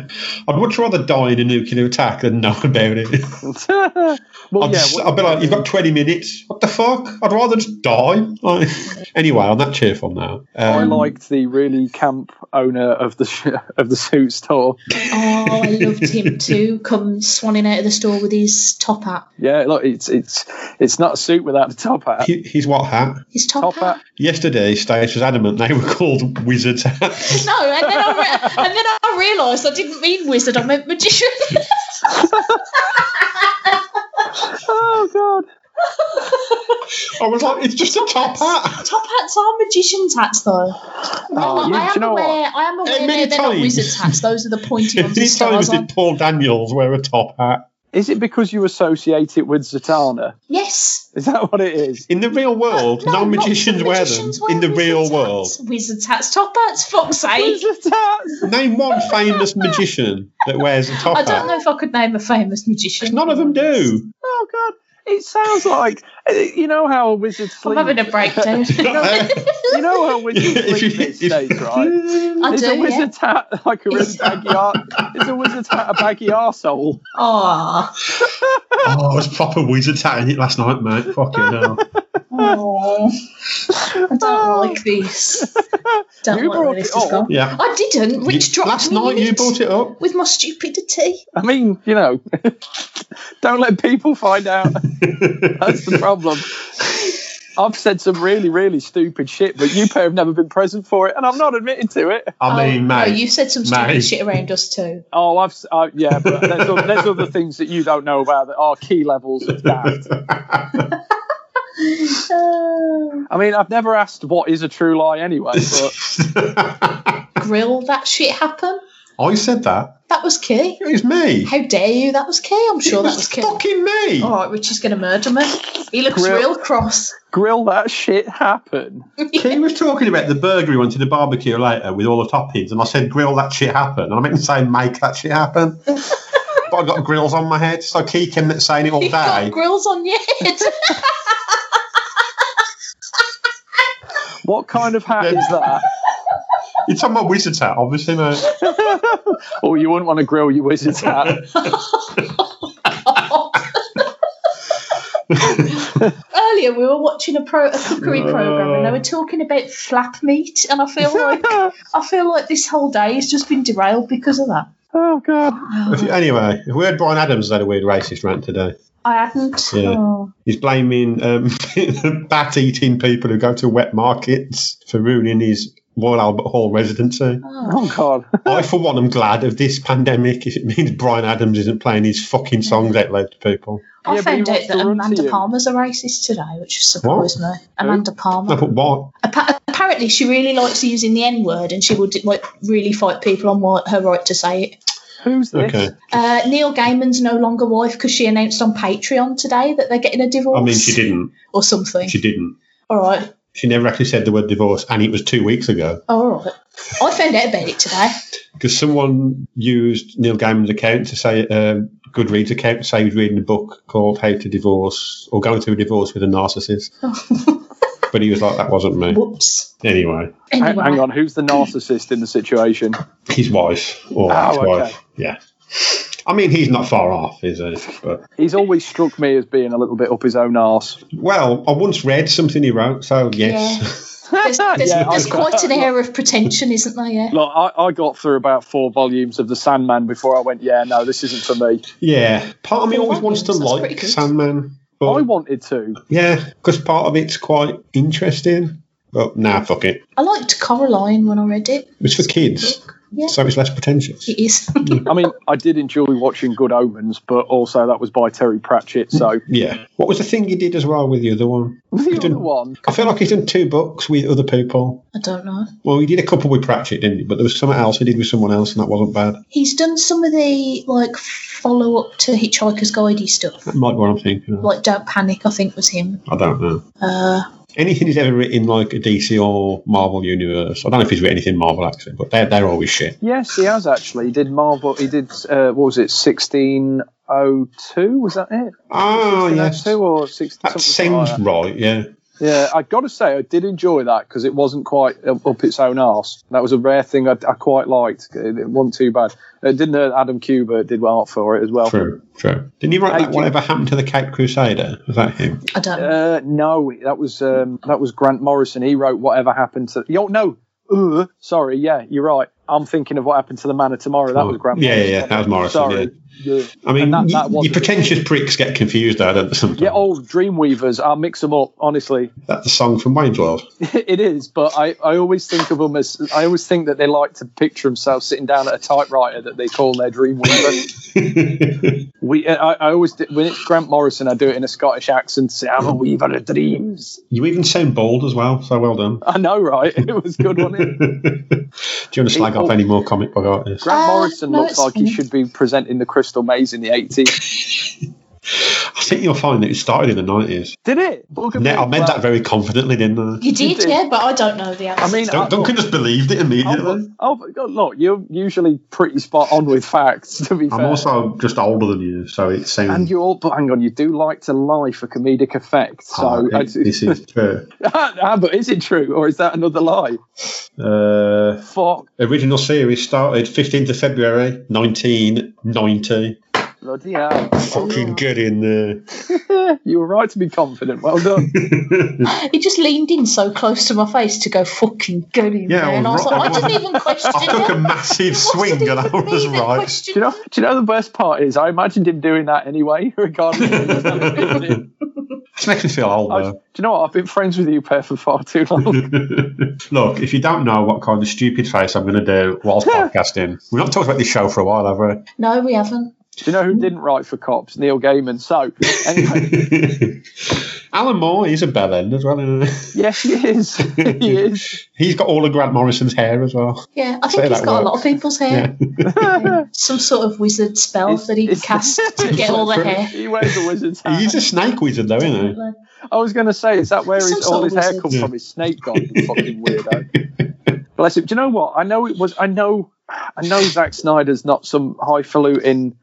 [SPEAKER 2] I'd much rather die in a nuclear attack than know about it.
[SPEAKER 4] well,
[SPEAKER 2] I'd,
[SPEAKER 4] yeah.
[SPEAKER 2] just,
[SPEAKER 4] what-
[SPEAKER 2] I'd be like, you've got 20 minutes. What the fuck? I'd rather just die. Like, anyway, on that cheerful note.
[SPEAKER 4] I
[SPEAKER 2] Um,
[SPEAKER 4] liked the really camp owner of the sh- of the suit store.
[SPEAKER 3] Oh, I loved him too. Come swanning out of the store with his top hat.
[SPEAKER 4] Yeah, look, it's it's it's not a suit without the top hat.
[SPEAKER 2] he- he's what hat?
[SPEAKER 3] His top,
[SPEAKER 4] Top
[SPEAKER 3] hat.
[SPEAKER 4] hat.
[SPEAKER 2] Yesterday, Stace was adamant they were called wizards hats.
[SPEAKER 3] No, and then I re- and then I realised I didn't mean wizard. I meant magician.
[SPEAKER 4] Oh God!
[SPEAKER 2] I was like, it's just a top hat.
[SPEAKER 3] top hats are magicians' hats, though.
[SPEAKER 4] Oh,
[SPEAKER 3] Well,
[SPEAKER 4] you-
[SPEAKER 3] I
[SPEAKER 4] do you
[SPEAKER 3] am
[SPEAKER 4] know what?
[SPEAKER 3] aware. I am aware
[SPEAKER 2] Hey,
[SPEAKER 3] they're,
[SPEAKER 2] many
[SPEAKER 3] they're not
[SPEAKER 2] times.
[SPEAKER 3] wizards' hats. Those are the pointy
[SPEAKER 2] How
[SPEAKER 3] ones. with
[SPEAKER 2] many times
[SPEAKER 3] stars on.
[SPEAKER 2] did Paul Daniels wear a top hat?
[SPEAKER 4] Is it because you associate it with Zatanna?
[SPEAKER 3] Yes.
[SPEAKER 4] Is that what it is?
[SPEAKER 2] In the real world, no,
[SPEAKER 3] not-
[SPEAKER 2] magicians wear
[SPEAKER 3] magicians
[SPEAKER 2] them. In the
[SPEAKER 3] wizards'
[SPEAKER 2] real
[SPEAKER 3] hats.
[SPEAKER 2] world.
[SPEAKER 3] wizards' hats, top hats. Fuck's sake.
[SPEAKER 4] Wizard's hats!
[SPEAKER 2] Name one famous magician that wears a top
[SPEAKER 3] I
[SPEAKER 2] hat.
[SPEAKER 3] don't know if I could name a famous magician.
[SPEAKER 2] None of them do.
[SPEAKER 4] Oh God! It sounds like eh, you know how a wizard
[SPEAKER 3] I'm
[SPEAKER 4] sleeps.
[SPEAKER 3] having a breakdown.
[SPEAKER 4] You know how a wizard
[SPEAKER 2] If you-
[SPEAKER 4] sleeps these
[SPEAKER 2] if-
[SPEAKER 4] days, right?
[SPEAKER 3] I
[SPEAKER 4] Is
[SPEAKER 3] do.
[SPEAKER 4] a
[SPEAKER 3] yeah.
[SPEAKER 4] wizard's hat like a really baggy ar- Is a wizard's hat a baggy arsehole?
[SPEAKER 3] Aw.
[SPEAKER 2] Oh, I was proper wizard hatting it last night, mate. Fucking hell.
[SPEAKER 3] Aw. I don't like this. Oh. Don't
[SPEAKER 4] You
[SPEAKER 3] like where
[SPEAKER 4] brought
[SPEAKER 3] this
[SPEAKER 4] it
[SPEAKER 3] has
[SPEAKER 4] on.
[SPEAKER 3] gone.
[SPEAKER 2] Yeah.
[SPEAKER 3] I didn't. Rich
[SPEAKER 2] You-
[SPEAKER 3] dropped
[SPEAKER 2] last
[SPEAKER 3] me
[SPEAKER 2] night
[SPEAKER 3] in
[SPEAKER 2] you brought it up.
[SPEAKER 3] with my stupidity.
[SPEAKER 4] I mean, you know, don't let people find out. That's the problem. I've said some really, really stupid shit, but you pair have never been present for it, and I'm not admitting to it.
[SPEAKER 2] I mean,
[SPEAKER 3] oh,
[SPEAKER 2] mate.
[SPEAKER 3] no, you said some stupid
[SPEAKER 2] mate.
[SPEAKER 3] shit around us too.
[SPEAKER 4] Oh, I've, s- uh, yeah, but there's, o- there's other things that you don't know about that are key levels of doubt.
[SPEAKER 3] Uh,
[SPEAKER 4] I mean, I've never asked what is a true lie anyway, but
[SPEAKER 3] grill that shit happen.
[SPEAKER 2] I said that.
[SPEAKER 3] That was key.
[SPEAKER 2] It was me.
[SPEAKER 3] How dare you? That was key. I'm sure
[SPEAKER 2] it was
[SPEAKER 3] that was Oh, key.
[SPEAKER 2] fucking me.
[SPEAKER 3] All right, Richie's going to murder me. He looks
[SPEAKER 4] Grill-
[SPEAKER 3] real cross.
[SPEAKER 4] grill that shit happen.
[SPEAKER 2] He was talking about the burger he wanted to barbecue later with all the toppings, and I said, grill that shit happen. And I meant to say, make that shit happen. but I got grills on my head, so Key kept saying it all
[SPEAKER 3] You've
[SPEAKER 2] day.
[SPEAKER 3] got grills on your head.
[SPEAKER 4] What kind of hat is that?
[SPEAKER 2] You're talking about wizard's hat, obviously, mate.
[SPEAKER 4] Oh, you wouldn't want to grill your wizard's hat.
[SPEAKER 3] Earlier, we were watching a, pro- a cookery
[SPEAKER 2] Uh.
[SPEAKER 3] program, and they were talking about flap meat, and I feel like I feel like this whole day has just been derailed because of that.
[SPEAKER 4] Oh God!
[SPEAKER 2] If you- anyway, if we heard Brian Adams had a weird racist rant today.
[SPEAKER 3] I hadn't.
[SPEAKER 2] Yeah.
[SPEAKER 3] Oh.
[SPEAKER 2] He's blaming um, bat eating people who go to wet markets for ruining his Royal Albert Hall residency.
[SPEAKER 4] Oh God.
[SPEAKER 2] I, for one, am glad of this pandemic if it means Brian Adams isn't playing his fucking songs out loud to people.
[SPEAKER 3] I
[SPEAKER 4] Yeah, but he
[SPEAKER 3] found out
[SPEAKER 4] wants
[SPEAKER 3] that
[SPEAKER 4] to run to
[SPEAKER 3] Amanda
[SPEAKER 4] you.
[SPEAKER 3] Palmer's a racist today, which surprised me. Amanda Palmer.
[SPEAKER 2] No, but what?
[SPEAKER 3] Appa- apparently, she really likes using the N word, and she would like really fight people on why- her right to say it.
[SPEAKER 4] Who's this?
[SPEAKER 2] Okay.
[SPEAKER 3] Uh, Neil Gaiman's no longer wife because she announced on Patreon today that they're getting a divorce.
[SPEAKER 2] I mean, she didn't.
[SPEAKER 3] or something.
[SPEAKER 2] She didn't.
[SPEAKER 3] all right,
[SPEAKER 2] She never actually said the word divorce, and it was two weeks ago
[SPEAKER 3] all right. I found out about it today.
[SPEAKER 2] because someone used Neil Gaiman's account to say, um, Goodreads account to say he was reading a book called How to Divorce or Going Through a Divorce with a Narcissist. but he was like, that wasn't me.
[SPEAKER 3] Whoops.
[SPEAKER 2] Anyway,
[SPEAKER 4] Ha-
[SPEAKER 3] Anyway,
[SPEAKER 4] Hang on, who's the narcissist in the situation?
[SPEAKER 2] his wife or
[SPEAKER 4] Oh,
[SPEAKER 2] ex wife.
[SPEAKER 4] okay.
[SPEAKER 2] Yeah. I mean, he's not far off, is he? But.
[SPEAKER 4] He's always struck me as being a little bit up his own arse.
[SPEAKER 2] Well, I once read something he wrote, so yes.
[SPEAKER 3] there's, there's,
[SPEAKER 4] Yeah,
[SPEAKER 3] there's
[SPEAKER 4] I've got-
[SPEAKER 3] quite an air of pretension, isn't there? Yeah.
[SPEAKER 4] Look, I, I got through about four volumes of The Sandman before I went, yeah, no, this isn't for me.
[SPEAKER 2] Yeah. Part of me
[SPEAKER 3] Four
[SPEAKER 2] always wants to
[SPEAKER 3] volumes, that's pretty
[SPEAKER 2] like
[SPEAKER 3] good.
[SPEAKER 2] Sandman.
[SPEAKER 4] I
[SPEAKER 2] But
[SPEAKER 4] wanted to.
[SPEAKER 2] yeah, because part of it's quite interesting. But nah, fuck it.
[SPEAKER 3] I liked Coraline when I read it.
[SPEAKER 2] It's for kids,
[SPEAKER 3] Yeah.
[SPEAKER 2] so it's less pretentious.
[SPEAKER 3] It is.
[SPEAKER 4] I mean, I did enjoy watching Good Omens, but also that was by Terry Pratchett, so.
[SPEAKER 2] Yeah. What was the thing you did as well with the other one?
[SPEAKER 4] The other
[SPEAKER 2] didn't-
[SPEAKER 4] one.
[SPEAKER 2] I feel like he's done two books with other people.
[SPEAKER 3] I don't know.
[SPEAKER 2] Well, he did a couple with Pratchett, didn't he? But there was something else he did with someone else, and that wasn't bad.
[SPEAKER 3] He's done some of the like follow up to Hitchhiker's Guide stuff.
[SPEAKER 2] That might be what I'm thinking of.
[SPEAKER 3] Like Don't Panic, I think was him.
[SPEAKER 2] I don't know.
[SPEAKER 3] Uh,
[SPEAKER 2] Anything he's ever written, like a DC or Marvel universe. I don't know if he's written anything Marvel, actually, but they're, they're always shit.
[SPEAKER 4] Yes, he has actually. He did Marvel. He did, uh, what was it, 1602? Was that it?
[SPEAKER 2] Ah, yes.
[SPEAKER 4] 1602 or 16
[SPEAKER 2] That
[SPEAKER 4] something like
[SPEAKER 2] seems
[SPEAKER 4] that.
[SPEAKER 2] right, yeah.
[SPEAKER 4] Yeah, I've got to say, I did enjoy that because it wasn't quite up up its own arse. That was a rare thing I, I quite liked. It it wasn't too bad. It didn't hurt Adam Cuba did art for it as well.
[SPEAKER 2] True, true. Didn't he write
[SPEAKER 4] Hey,
[SPEAKER 2] that
[SPEAKER 4] do-
[SPEAKER 2] Whatever Happened to the Cape Crusader? Was that him?
[SPEAKER 3] I don't. know.
[SPEAKER 4] Uh, no, that was um, that was Grant Morrison. He wrote whatever happened to. Yo, no, uh, sorry, yeah, you're right. I'm thinking of what happened to the Man of Tomorrow. That
[SPEAKER 2] Oh,
[SPEAKER 4] was Grant.
[SPEAKER 2] yeah,
[SPEAKER 4] Morrison.
[SPEAKER 2] yeah, yeah, that was Morrison,
[SPEAKER 4] Sorry. Yeah.
[SPEAKER 2] I mean,
[SPEAKER 4] And that-
[SPEAKER 2] y-
[SPEAKER 4] that was-
[SPEAKER 2] you pretentious pricks get confused, I don't sometimes.
[SPEAKER 4] Yeah, oh, Dreamweavers. I mix them up. Honestly,
[SPEAKER 2] That's a song from Wayne's World.
[SPEAKER 4] it is. But I, I always think of them as. I always think that they like to picture themselves sitting down at a typewriter that they call their Dreamweaver. We, I, I always do, when it's Grant Morrison, I do it in a Scottish accent. Say, "I'm a weaver of dreams."
[SPEAKER 2] You even sound bald as well, so well done.
[SPEAKER 4] I know, right? It was good, wasn't it?
[SPEAKER 2] Do you want to slag off any more comic book artists?
[SPEAKER 4] Grant
[SPEAKER 3] Uh,
[SPEAKER 4] Morrison
[SPEAKER 3] no,
[SPEAKER 4] looks
[SPEAKER 3] it's
[SPEAKER 4] like he
[SPEAKER 3] fine.
[SPEAKER 4] should be presenting the Crystal Maze in the 80s.
[SPEAKER 2] I think you'll find that it started in the 90s.
[SPEAKER 4] Did it? Look at
[SPEAKER 2] Ne-
[SPEAKER 4] me.
[SPEAKER 2] I meant
[SPEAKER 4] Well,
[SPEAKER 2] that very confidently, didn't I?
[SPEAKER 3] you did,
[SPEAKER 4] did.
[SPEAKER 3] yeah, but I don't know the answer.
[SPEAKER 4] I mean, I-
[SPEAKER 2] Dun- Duncan just believed it immediately.
[SPEAKER 4] Oh, oh, oh, look, you're usually pretty spot on with facts, to be fair.
[SPEAKER 2] I'm also just older than you, so it sounds.
[SPEAKER 4] and you all, but hang on, you do like to lie for comedic effect. So,
[SPEAKER 2] Ah, it- this is true.
[SPEAKER 4] ah, but is it true, or is that another lie?
[SPEAKER 2] Uh,
[SPEAKER 4] Fuck,
[SPEAKER 2] original series started 15th of February 1990.
[SPEAKER 4] bloody hell!
[SPEAKER 2] Fucking good in there.
[SPEAKER 4] You were right to be confident. Well done.
[SPEAKER 3] He just leaned in so close to my face to go fucking good in
[SPEAKER 2] Yeah,
[SPEAKER 3] there,
[SPEAKER 2] well,
[SPEAKER 3] and I was
[SPEAKER 2] right.
[SPEAKER 3] like, I didn't even question
[SPEAKER 2] I
[SPEAKER 3] it.
[SPEAKER 2] took a massive swing and I was right.
[SPEAKER 4] do you know? Do you know the best part is? I imagined him doing that anyway, regardless. Of whether or not he did.
[SPEAKER 2] This makes me feel
[SPEAKER 4] I was-
[SPEAKER 2] older.
[SPEAKER 4] do you know what? I've been friends with you, pair, for far too long.
[SPEAKER 2] Look, if you don't know what kind of stupid face I'm going to do whilst podcasting, we've not talked about this show for a while, have we?
[SPEAKER 3] No, we haven't.
[SPEAKER 4] do you know who didn't write for cops? Neil Gaiman. So, anyway,
[SPEAKER 2] Alan Moore, he's a bell end as well, isn't he?
[SPEAKER 4] yes, he is. he is.
[SPEAKER 2] He's got all of Grant Morrison's hair as well.
[SPEAKER 3] Yeah, I
[SPEAKER 2] Say
[SPEAKER 3] think he's
[SPEAKER 2] that
[SPEAKER 3] got
[SPEAKER 2] word.
[SPEAKER 3] a lot of people's hair. Yeah. Some sort of wizard spell
[SPEAKER 4] It's-
[SPEAKER 3] that he
[SPEAKER 4] it's-
[SPEAKER 3] casts to get all the hair.
[SPEAKER 4] He wears a wizard's hat.
[SPEAKER 2] He's a snake wizard, though, isn't he?
[SPEAKER 4] I was going to say, is that where
[SPEAKER 3] Some
[SPEAKER 4] his,
[SPEAKER 3] sort
[SPEAKER 4] all
[SPEAKER 3] of
[SPEAKER 4] his hair
[SPEAKER 3] wizard.
[SPEAKER 4] comes from? His snake god, you fucking weirdo. Bless him. Do you know what? I know it was. I know. I know Zack Snyder's not some highfalutin,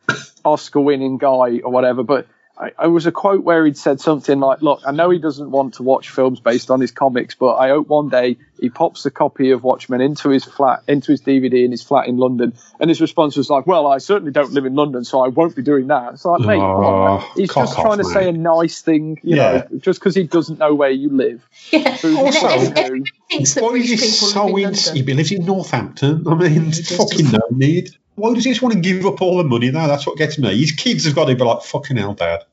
[SPEAKER 4] Oscar-winning guy or whatever, but. I, I was a quote where he'd said something like, "Look, I know he doesn't want to watch films based on his comics, but I hope one day he pops a copy of Watchmen into his flat, into his DVD in his flat in London." And his response was like, "Well, I certainly don't live in London, so I won't be doing that." It's like, mate, come on,
[SPEAKER 2] Oh,
[SPEAKER 4] man. he's
[SPEAKER 2] cock
[SPEAKER 4] just
[SPEAKER 2] off,
[SPEAKER 4] trying to say
[SPEAKER 2] mate.
[SPEAKER 4] a nice thing, you
[SPEAKER 2] Yeah.
[SPEAKER 4] know, just because he doesn't know where you live.
[SPEAKER 3] Yeah.
[SPEAKER 4] Who
[SPEAKER 3] And
[SPEAKER 4] also-
[SPEAKER 3] everyone thinks that
[SPEAKER 2] Why is
[SPEAKER 3] rich
[SPEAKER 2] he
[SPEAKER 3] people
[SPEAKER 2] so
[SPEAKER 3] live in
[SPEAKER 2] ins- He
[SPEAKER 3] London.
[SPEAKER 2] lives in Northampton. I mean,
[SPEAKER 3] just
[SPEAKER 2] fucking no need. Why does he just want to give up all the money now? That's what gets me. His kids have got to be like, fucking hell, dad.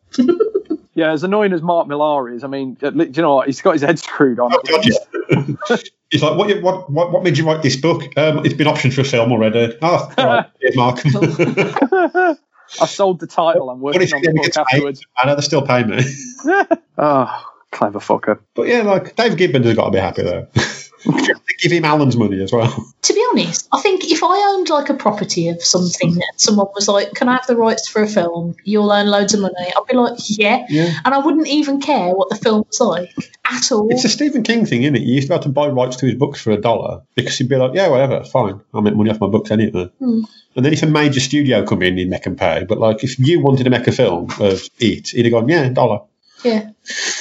[SPEAKER 4] Yeah, as annoying as Mark Millar is, I mean, at le- do you know what? He's got his head screwed on.
[SPEAKER 2] Oh, God, yeah. It's like, what, what, what, what made you write this book? Um, it's been optioned for a film already. Oh, all right, here's Mark. What
[SPEAKER 4] I sold the title. I'm working
[SPEAKER 2] if
[SPEAKER 4] on
[SPEAKER 2] it
[SPEAKER 4] the
[SPEAKER 2] never
[SPEAKER 4] book
[SPEAKER 2] gets paid?
[SPEAKER 4] afterwards.
[SPEAKER 2] I know they still pay me.
[SPEAKER 4] Oh, clever fucker.
[SPEAKER 2] But yeah, like, Dave Gibbons has got to be happy, though. Give him Alan's money as well.
[SPEAKER 3] To be honest, I think if I owned like a property of something that someone was like, "Can I have the rights for a film? You'll earn loads of money," I'd be like, "Yeah,"
[SPEAKER 2] Yeah.
[SPEAKER 3] and I wouldn't even care what the film was like at all.
[SPEAKER 2] It's a Stephen King thing, isn't it? You used to be able to buy rights to his books for a dollar because he'd be like, yeah, whatever, fine. I'll make money off my books anyway.
[SPEAKER 3] Hmm.
[SPEAKER 2] And then if a major studio come in, he'd make him pay. But like, if you wanted to make a film of it, he'd have gone, yeah, dollar.
[SPEAKER 3] yeah,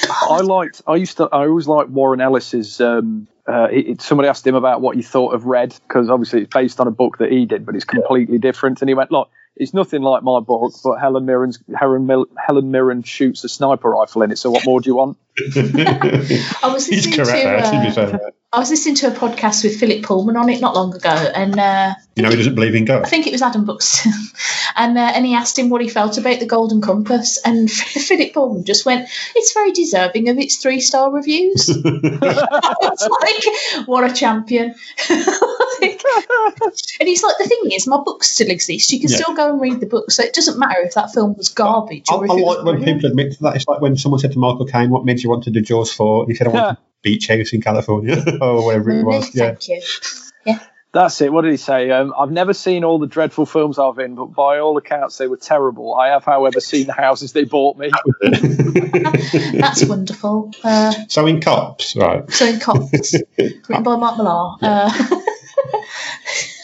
[SPEAKER 4] I liked. I used to. I always liked Warren Ellis's. Um, uh, it, it- somebody asked him about what he thought of Red because obviously it's based on a book that he did, but it's completely different. And he went, "Look, it's nothing like my book, but Helen Mirren's Helen, Mil- Helen Mirren shoots a sniper rifle in it. So what more do you want?"
[SPEAKER 3] I was
[SPEAKER 2] He's
[SPEAKER 3] listening
[SPEAKER 2] correct
[SPEAKER 3] to
[SPEAKER 2] there. I should be
[SPEAKER 3] uh,
[SPEAKER 2] saying that.
[SPEAKER 3] I was listening to a podcast with Philip Pullman on it not long ago, and uh,
[SPEAKER 2] You know, he doesn't believe in
[SPEAKER 3] I
[SPEAKER 2] God.
[SPEAKER 3] think it was Adam Buxton, and uh, and he asked him what he felt about the Golden Compass, and Philip Pullman just went, "It's very deserving of its three star reviews." It's like, what a champion! Like, and he's like, the thing is, my books still exist. You can
[SPEAKER 2] Yeah.
[SPEAKER 3] still go and read the books, so it doesn't matter if that film was garbage
[SPEAKER 2] I, I
[SPEAKER 3] or if it was
[SPEAKER 2] like when
[SPEAKER 3] brilliant.
[SPEAKER 2] people admit to that. It's like when someone said to Michael Caine, what made you want to do Jaws for? And he said, I want to beach house in California or whatever it was. Yeah.
[SPEAKER 3] Thank you.
[SPEAKER 4] That's it. What did he say? Um, I've never seen all the dreadful films I've in, but by all accounts they were terrible. I have, however, seen the houses they bought me.
[SPEAKER 3] That's wonderful. Uh,
[SPEAKER 2] So in Cops, right.
[SPEAKER 3] So in Cops, written by Mark Millar. Uh,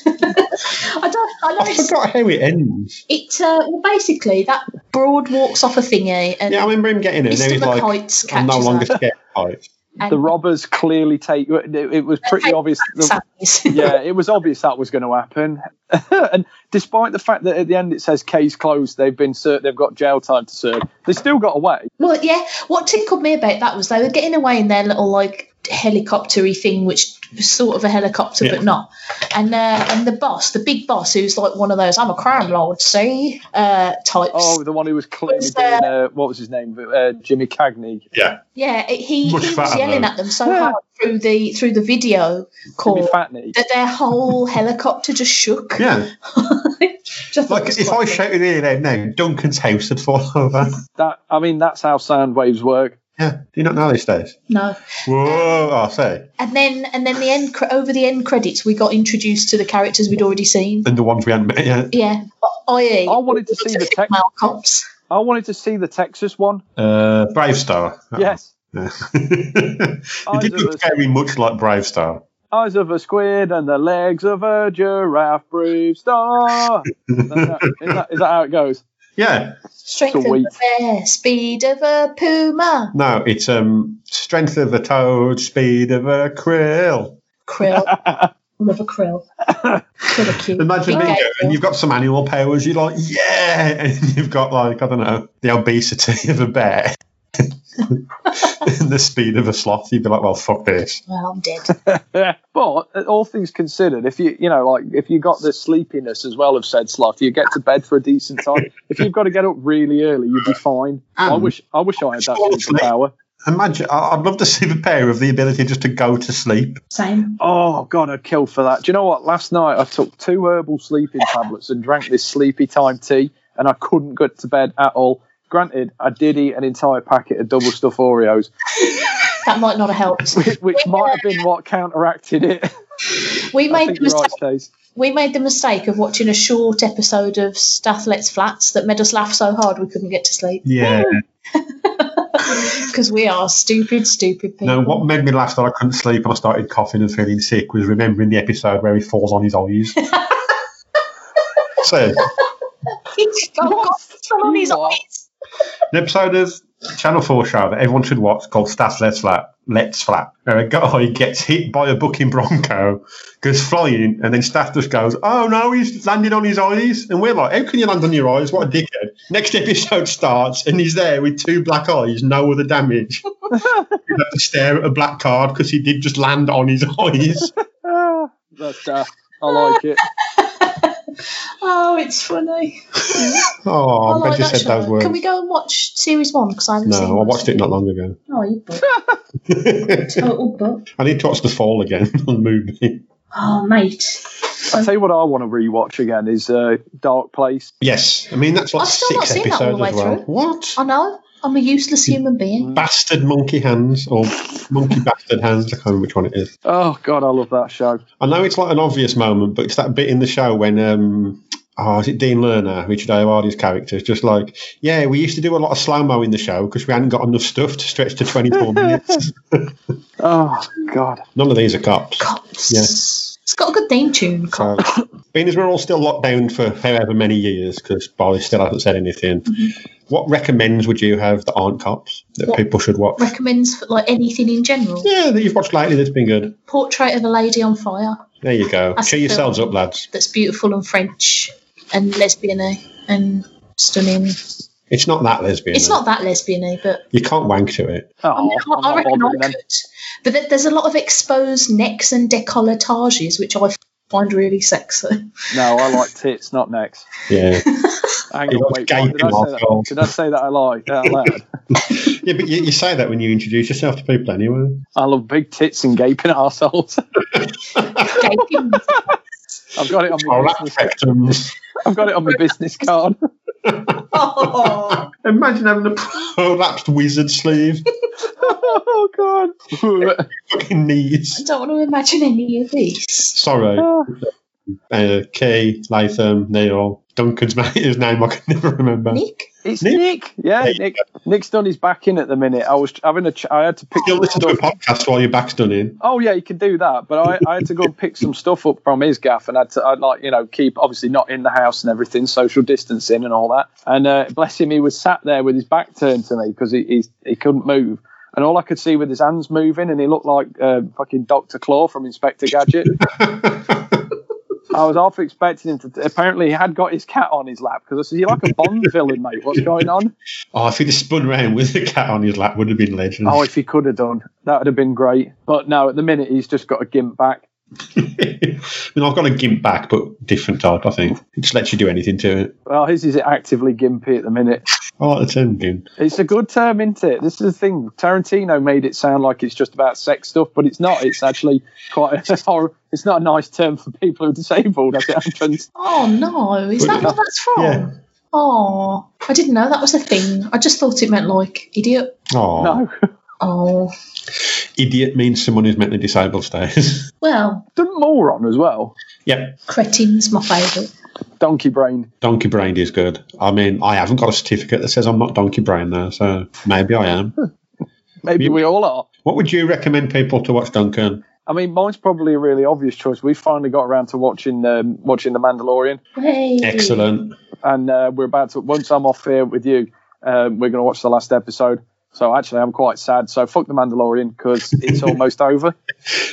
[SPEAKER 3] I don't. I know
[SPEAKER 2] I
[SPEAKER 3] it's,
[SPEAKER 2] forgot how it ends.
[SPEAKER 3] it. Uh, well, basically, that broad walks off a thingy, and
[SPEAKER 2] Yeah, I remember him getting it. And
[SPEAKER 3] Mr.
[SPEAKER 2] then he's like,
[SPEAKER 3] McKites
[SPEAKER 2] I'm
[SPEAKER 3] catches
[SPEAKER 2] no longer
[SPEAKER 3] her.
[SPEAKER 2] scared of heights.
[SPEAKER 3] and
[SPEAKER 4] The robbers clearly take. It, it was pretty obvious. the-
[SPEAKER 3] Sally's.
[SPEAKER 4] yeah, it was obvious that was going to happen. and despite the fact that at the end it says case closed, they've been ser- they've got jail time to serve. They still got away.
[SPEAKER 3] Well, yeah. What tickled me about that was they were getting away in their little like helicoptery thing, which was sort of a helicopter
[SPEAKER 2] Yeah.
[SPEAKER 3] but not. And uh, and the boss, the big boss, who's like one of those "I'm a crime lord, see" uh, types.
[SPEAKER 4] Oh, the one who was clearly
[SPEAKER 3] Was
[SPEAKER 4] doing
[SPEAKER 3] there-
[SPEAKER 4] uh, what was his name? Uh, Jimmy Cagney.
[SPEAKER 2] Yeah.
[SPEAKER 3] Yeah, it- he, he
[SPEAKER 2] Much
[SPEAKER 3] was
[SPEAKER 2] fatter
[SPEAKER 3] yelling
[SPEAKER 2] though.
[SPEAKER 3] at them so
[SPEAKER 4] Yeah.
[SPEAKER 3] hard through the through the video
[SPEAKER 4] Jimmy
[SPEAKER 3] call
[SPEAKER 4] Fatney.
[SPEAKER 3] that their whole helicopter just shook.
[SPEAKER 2] Yeah.
[SPEAKER 3] Which I thought
[SPEAKER 2] Like,
[SPEAKER 3] was
[SPEAKER 2] if
[SPEAKER 3] quite
[SPEAKER 2] I
[SPEAKER 3] funny.
[SPEAKER 2] shouted in there now, Duncan's house would fall over.
[SPEAKER 4] That I mean, that's how sound waves work.
[SPEAKER 2] Yeah. Do you not know these days?
[SPEAKER 3] no,
[SPEAKER 2] Whoa, I say.
[SPEAKER 3] and then and then the end cre- over the end credits we got introduced to the characters we'd already seen.
[SPEAKER 2] And the ones we hadn't met yet.
[SPEAKER 3] Yeah, i.e.
[SPEAKER 4] I wanted to see the tech.
[SPEAKER 3] male cops.
[SPEAKER 4] I wanted to see the Texas one.
[SPEAKER 2] Uh, Brave Star.
[SPEAKER 4] Yes,
[SPEAKER 2] Yeah. it didn't look very much like Brave Star.
[SPEAKER 4] eyes of a squid and the legs of a giraffe. Brave star. That's how- is, that, is that how it goes?
[SPEAKER 2] Yeah.
[SPEAKER 3] Strength of
[SPEAKER 4] Sweet.
[SPEAKER 3] a bear, speed of a puma.
[SPEAKER 2] No, it's um, strength of a toad, speed of a krill.
[SPEAKER 3] Krill, love a krill. Krill are cute.
[SPEAKER 2] Imagine
[SPEAKER 3] Big
[SPEAKER 2] me
[SPEAKER 3] gay
[SPEAKER 2] go, and
[SPEAKER 3] krill.
[SPEAKER 2] you've got some animal powers. You're like, yeah, and you've got like I don't know the obesity of a bear, and the speed of a sloth. You'd be like, well, fuck this.
[SPEAKER 3] Well, I'm dead.
[SPEAKER 4] But uh, all things considered, if you you know like if you got the sleepiness as well of said sloth, you get to bed for a decent time. if you've got to get up really early, you'd be fine. I
[SPEAKER 2] Um,
[SPEAKER 4] wish I wish I had that
[SPEAKER 2] fall asleep.
[SPEAKER 4] superpower.
[SPEAKER 2] Imagine, I- I'd love to see the pair of the ability just to go to sleep.
[SPEAKER 3] Same.
[SPEAKER 4] Oh god, I'd kill for that. Do you know what? Last night I took two herbal sleeping tablets and drank this sleepy time tea, and I couldn't get to bed at all. Granted, I did eat an entire packet of double stuff Oreos,
[SPEAKER 3] That might not have helped.
[SPEAKER 4] which, which might have been what counteracted it.
[SPEAKER 3] We
[SPEAKER 4] I
[SPEAKER 3] made
[SPEAKER 4] think
[SPEAKER 3] the
[SPEAKER 4] you're
[SPEAKER 3] mistake
[SPEAKER 4] right, Stace.
[SPEAKER 3] we made the mistake of watching a short episode of Stathlet's Flats that made us laugh so hard we couldn't get to sleep
[SPEAKER 2] Yeah.
[SPEAKER 3] because we are stupid, stupid people.
[SPEAKER 2] Now, what made me laugh that I couldn't sleep and I started coughing and feeling sick was remembering the episode where he falls on his eyes. so,
[SPEAKER 3] He's got- fell on his
[SPEAKER 4] What?
[SPEAKER 3] eyes.
[SPEAKER 2] an episode of Channel 4 show that everyone should watch called Staff Let's Flat, Let's Flat, where a guy gets hit by a bucking bronco, goes flying, and then Staff just goes, oh no, he's landed on his eyes. And we're like, how can you land on your eyes? What a dickhead. Next episode starts, and he's there with two black eyes, no other damage. you have to stare at a black card because he did just land on his eyes.
[SPEAKER 4] uh, Ah, that's daft. I like it.
[SPEAKER 3] Oh, it's funny.
[SPEAKER 2] Oh,
[SPEAKER 3] I
[SPEAKER 2] I'm glad
[SPEAKER 3] like
[SPEAKER 2] you
[SPEAKER 3] that
[SPEAKER 2] said those
[SPEAKER 3] show.
[SPEAKER 2] words.
[SPEAKER 3] Can we go and watch series one? Because I haven't seen.
[SPEAKER 2] no, I
[SPEAKER 3] one.
[SPEAKER 2] watched it not long ago.
[SPEAKER 3] Oh, you butt. Total butt.
[SPEAKER 2] I need to watch The Fall again on movie.
[SPEAKER 3] Oh, mate.
[SPEAKER 4] I tell you what, I want to rewatch again is uh, Dark Place.
[SPEAKER 2] Yes, I mean that's like
[SPEAKER 3] I've still not
[SPEAKER 2] six
[SPEAKER 3] seen that all
[SPEAKER 2] episodes
[SPEAKER 3] the
[SPEAKER 2] as
[SPEAKER 3] way
[SPEAKER 2] well.
[SPEAKER 3] through.
[SPEAKER 2] What?
[SPEAKER 3] I know. I'm a useless
[SPEAKER 2] Mm.
[SPEAKER 3] human being.
[SPEAKER 2] Bastard monkey hands or monkey bastard hands. I can't remember which one it is.
[SPEAKER 4] Oh God, I love that show.
[SPEAKER 2] I know it's like an obvious moment, but it's that bit in the show when um. Oh, is it Dean Lerner, Richard Ayoade's character? is just like, yeah, we used to do a lot of slow mo in the show because we hadn't got enough stuff to stretch to 24 minutes.
[SPEAKER 4] Oh God,
[SPEAKER 2] None of these are cops.
[SPEAKER 3] Cops.
[SPEAKER 2] Yeah.
[SPEAKER 3] It's got a good theme tune. Cops.
[SPEAKER 2] So, being as we're all still locked down for however many years, because Boris still hasn't said anything, what recommends would you have that aren't cops that
[SPEAKER 3] Mm-hmm. What-
[SPEAKER 2] people should watch?
[SPEAKER 3] Recommends for, like anything in general.
[SPEAKER 2] yeah, that you've watched lately that's been good.
[SPEAKER 3] Portrait of a Lady on Fire.
[SPEAKER 2] There you go.
[SPEAKER 3] That's
[SPEAKER 2] Cheer
[SPEAKER 3] the
[SPEAKER 2] yourselves up, lads.
[SPEAKER 3] That's beautiful and French and lesbian and stunning.
[SPEAKER 2] It's not that lesbian.
[SPEAKER 3] It's
[SPEAKER 2] though.
[SPEAKER 3] not that lesbian but
[SPEAKER 2] You can't wank to it.
[SPEAKER 4] oh,
[SPEAKER 3] I, mean,
[SPEAKER 4] I'm
[SPEAKER 3] I, I
[SPEAKER 4] not
[SPEAKER 3] reckon I
[SPEAKER 4] bothering
[SPEAKER 3] could.
[SPEAKER 4] then.
[SPEAKER 3] But there- there's a lot of exposed necks and decolletages, which I find really sexy.
[SPEAKER 4] No, I like tits, not necks.
[SPEAKER 2] Yeah.
[SPEAKER 4] Hang
[SPEAKER 2] He likes
[SPEAKER 4] on, wait, what? did, I
[SPEAKER 2] gaping
[SPEAKER 4] say that?
[SPEAKER 2] assholes.
[SPEAKER 4] did I say that I like out loud?
[SPEAKER 2] yeah, but you, you say that when you introduce yourself to people anyway.
[SPEAKER 4] I love big tits and gaping assholes.
[SPEAKER 3] Gaping.
[SPEAKER 4] I've got it on my
[SPEAKER 2] Oh, that's
[SPEAKER 4] business.
[SPEAKER 2] rectums.
[SPEAKER 4] I've got it on my business card.
[SPEAKER 3] oh,
[SPEAKER 2] Imagine having a prolapsed Oh, wizard sleeve.
[SPEAKER 4] oh God.
[SPEAKER 2] Fucking
[SPEAKER 3] I
[SPEAKER 2] knees.
[SPEAKER 3] don't want to imagine any of these.
[SPEAKER 2] Sorrow.
[SPEAKER 4] Oh,
[SPEAKER 2] Uh, Kay, Latham, Neil, Duncan's mate, whose name I can never remember.
[SPEAKER 3] Nick,
[SPEAKER 4] it's
[SPEAKER 2] Nick.
[SPEAKER 4] Nick. Yeah,
[SPEAKER 2] There you
[SPEAKER 4] Nick. Nick's done his back in at the minute. I was having a. Ch- I had to pick.
[SPEAKER 2] You'll listen to a
[SPEAKER 4] stuff-
[SPEAKER 2] podcast while your back's done in.
[SPEAKER 4] Oh yeah, you can do that. But I, I had to go and pick some stuff up from his gaff, and I had to, I'd like you know keep obviously not in the house and everything, social distancing and all that. And uh, bless him, he was sat there with his back turned to me because he he's, he couldn't move, and all I could see with his hands moving, and he looked like uh, fucking Doctor Claw from Inspector Gadget. I was half expecting him to. Apparently, he had got his cat on his lap because I said, "You're like a Bond villain, mate. What's going on?"
[SPEAKER 2] Oh, if he'd have spun round with the cat on his lap, would have been legend.
[SPEAKER 4] Oh, if he could have done, that would have been great. But no, at the minute, he's just got a gimp back.
[SPEAKER 2] I mean, I've got a gimp back, but different type, I think. It just lets you do anything to it.
[SPEAKER 4] Well, his is actively gimpy at the minute.
[SPEAKER 2] I like the term gimp.
[SPEAKER 4] It's a good term, isn't it? This is the thing. Tarantino made it sound like it's just about sex stuff, but it's not. It's actually quite a horror. It's not a nice term for people who are disabled, as it happens.
[SPEAKER 3] Oh no, is that where that's from?
[SPEAKER 2] Yeah.
[SPEAKER 3] Oh, I didn't know that was a thing. I just thought it meant like idiot.
[SPEAKER 2] Oh,
[SPEAKER 4] No,
[SPEAKER 3] Oh,
[SPEAKER 2] idiot means someone who's mentally disabled stays.
[SPEAKER 3] well,
[SPEAKER 4] the moron as well.
[SPEAKER 2] yep,
[SPEAKER 3] cretin's my favourite.
[SPEAKER 4] Donkey brain.
[SPEAKER 2] donkey brained is good. I mean, I haven't got a certificate that says I'm not donkey brained though, so maybe I am.
[SPEAKER 4] Maybe we all are.
[SPEAKER 2] What would you recommend people to watch, Duncan?
[SPEAKER 4] I mean, mine's probably a really obvious choice. We finally got around to watching um, watching The Mandalorian,
[SPEAKER 3] Hey.
[SPEAKER 2] Excellent.
[SPEAKER 4] and uh, we're about to. Once I'm off here with you, um, we're going to watch the last episode. So actually, I'm quite sad. So fuck The Mandalorian because it's almost over.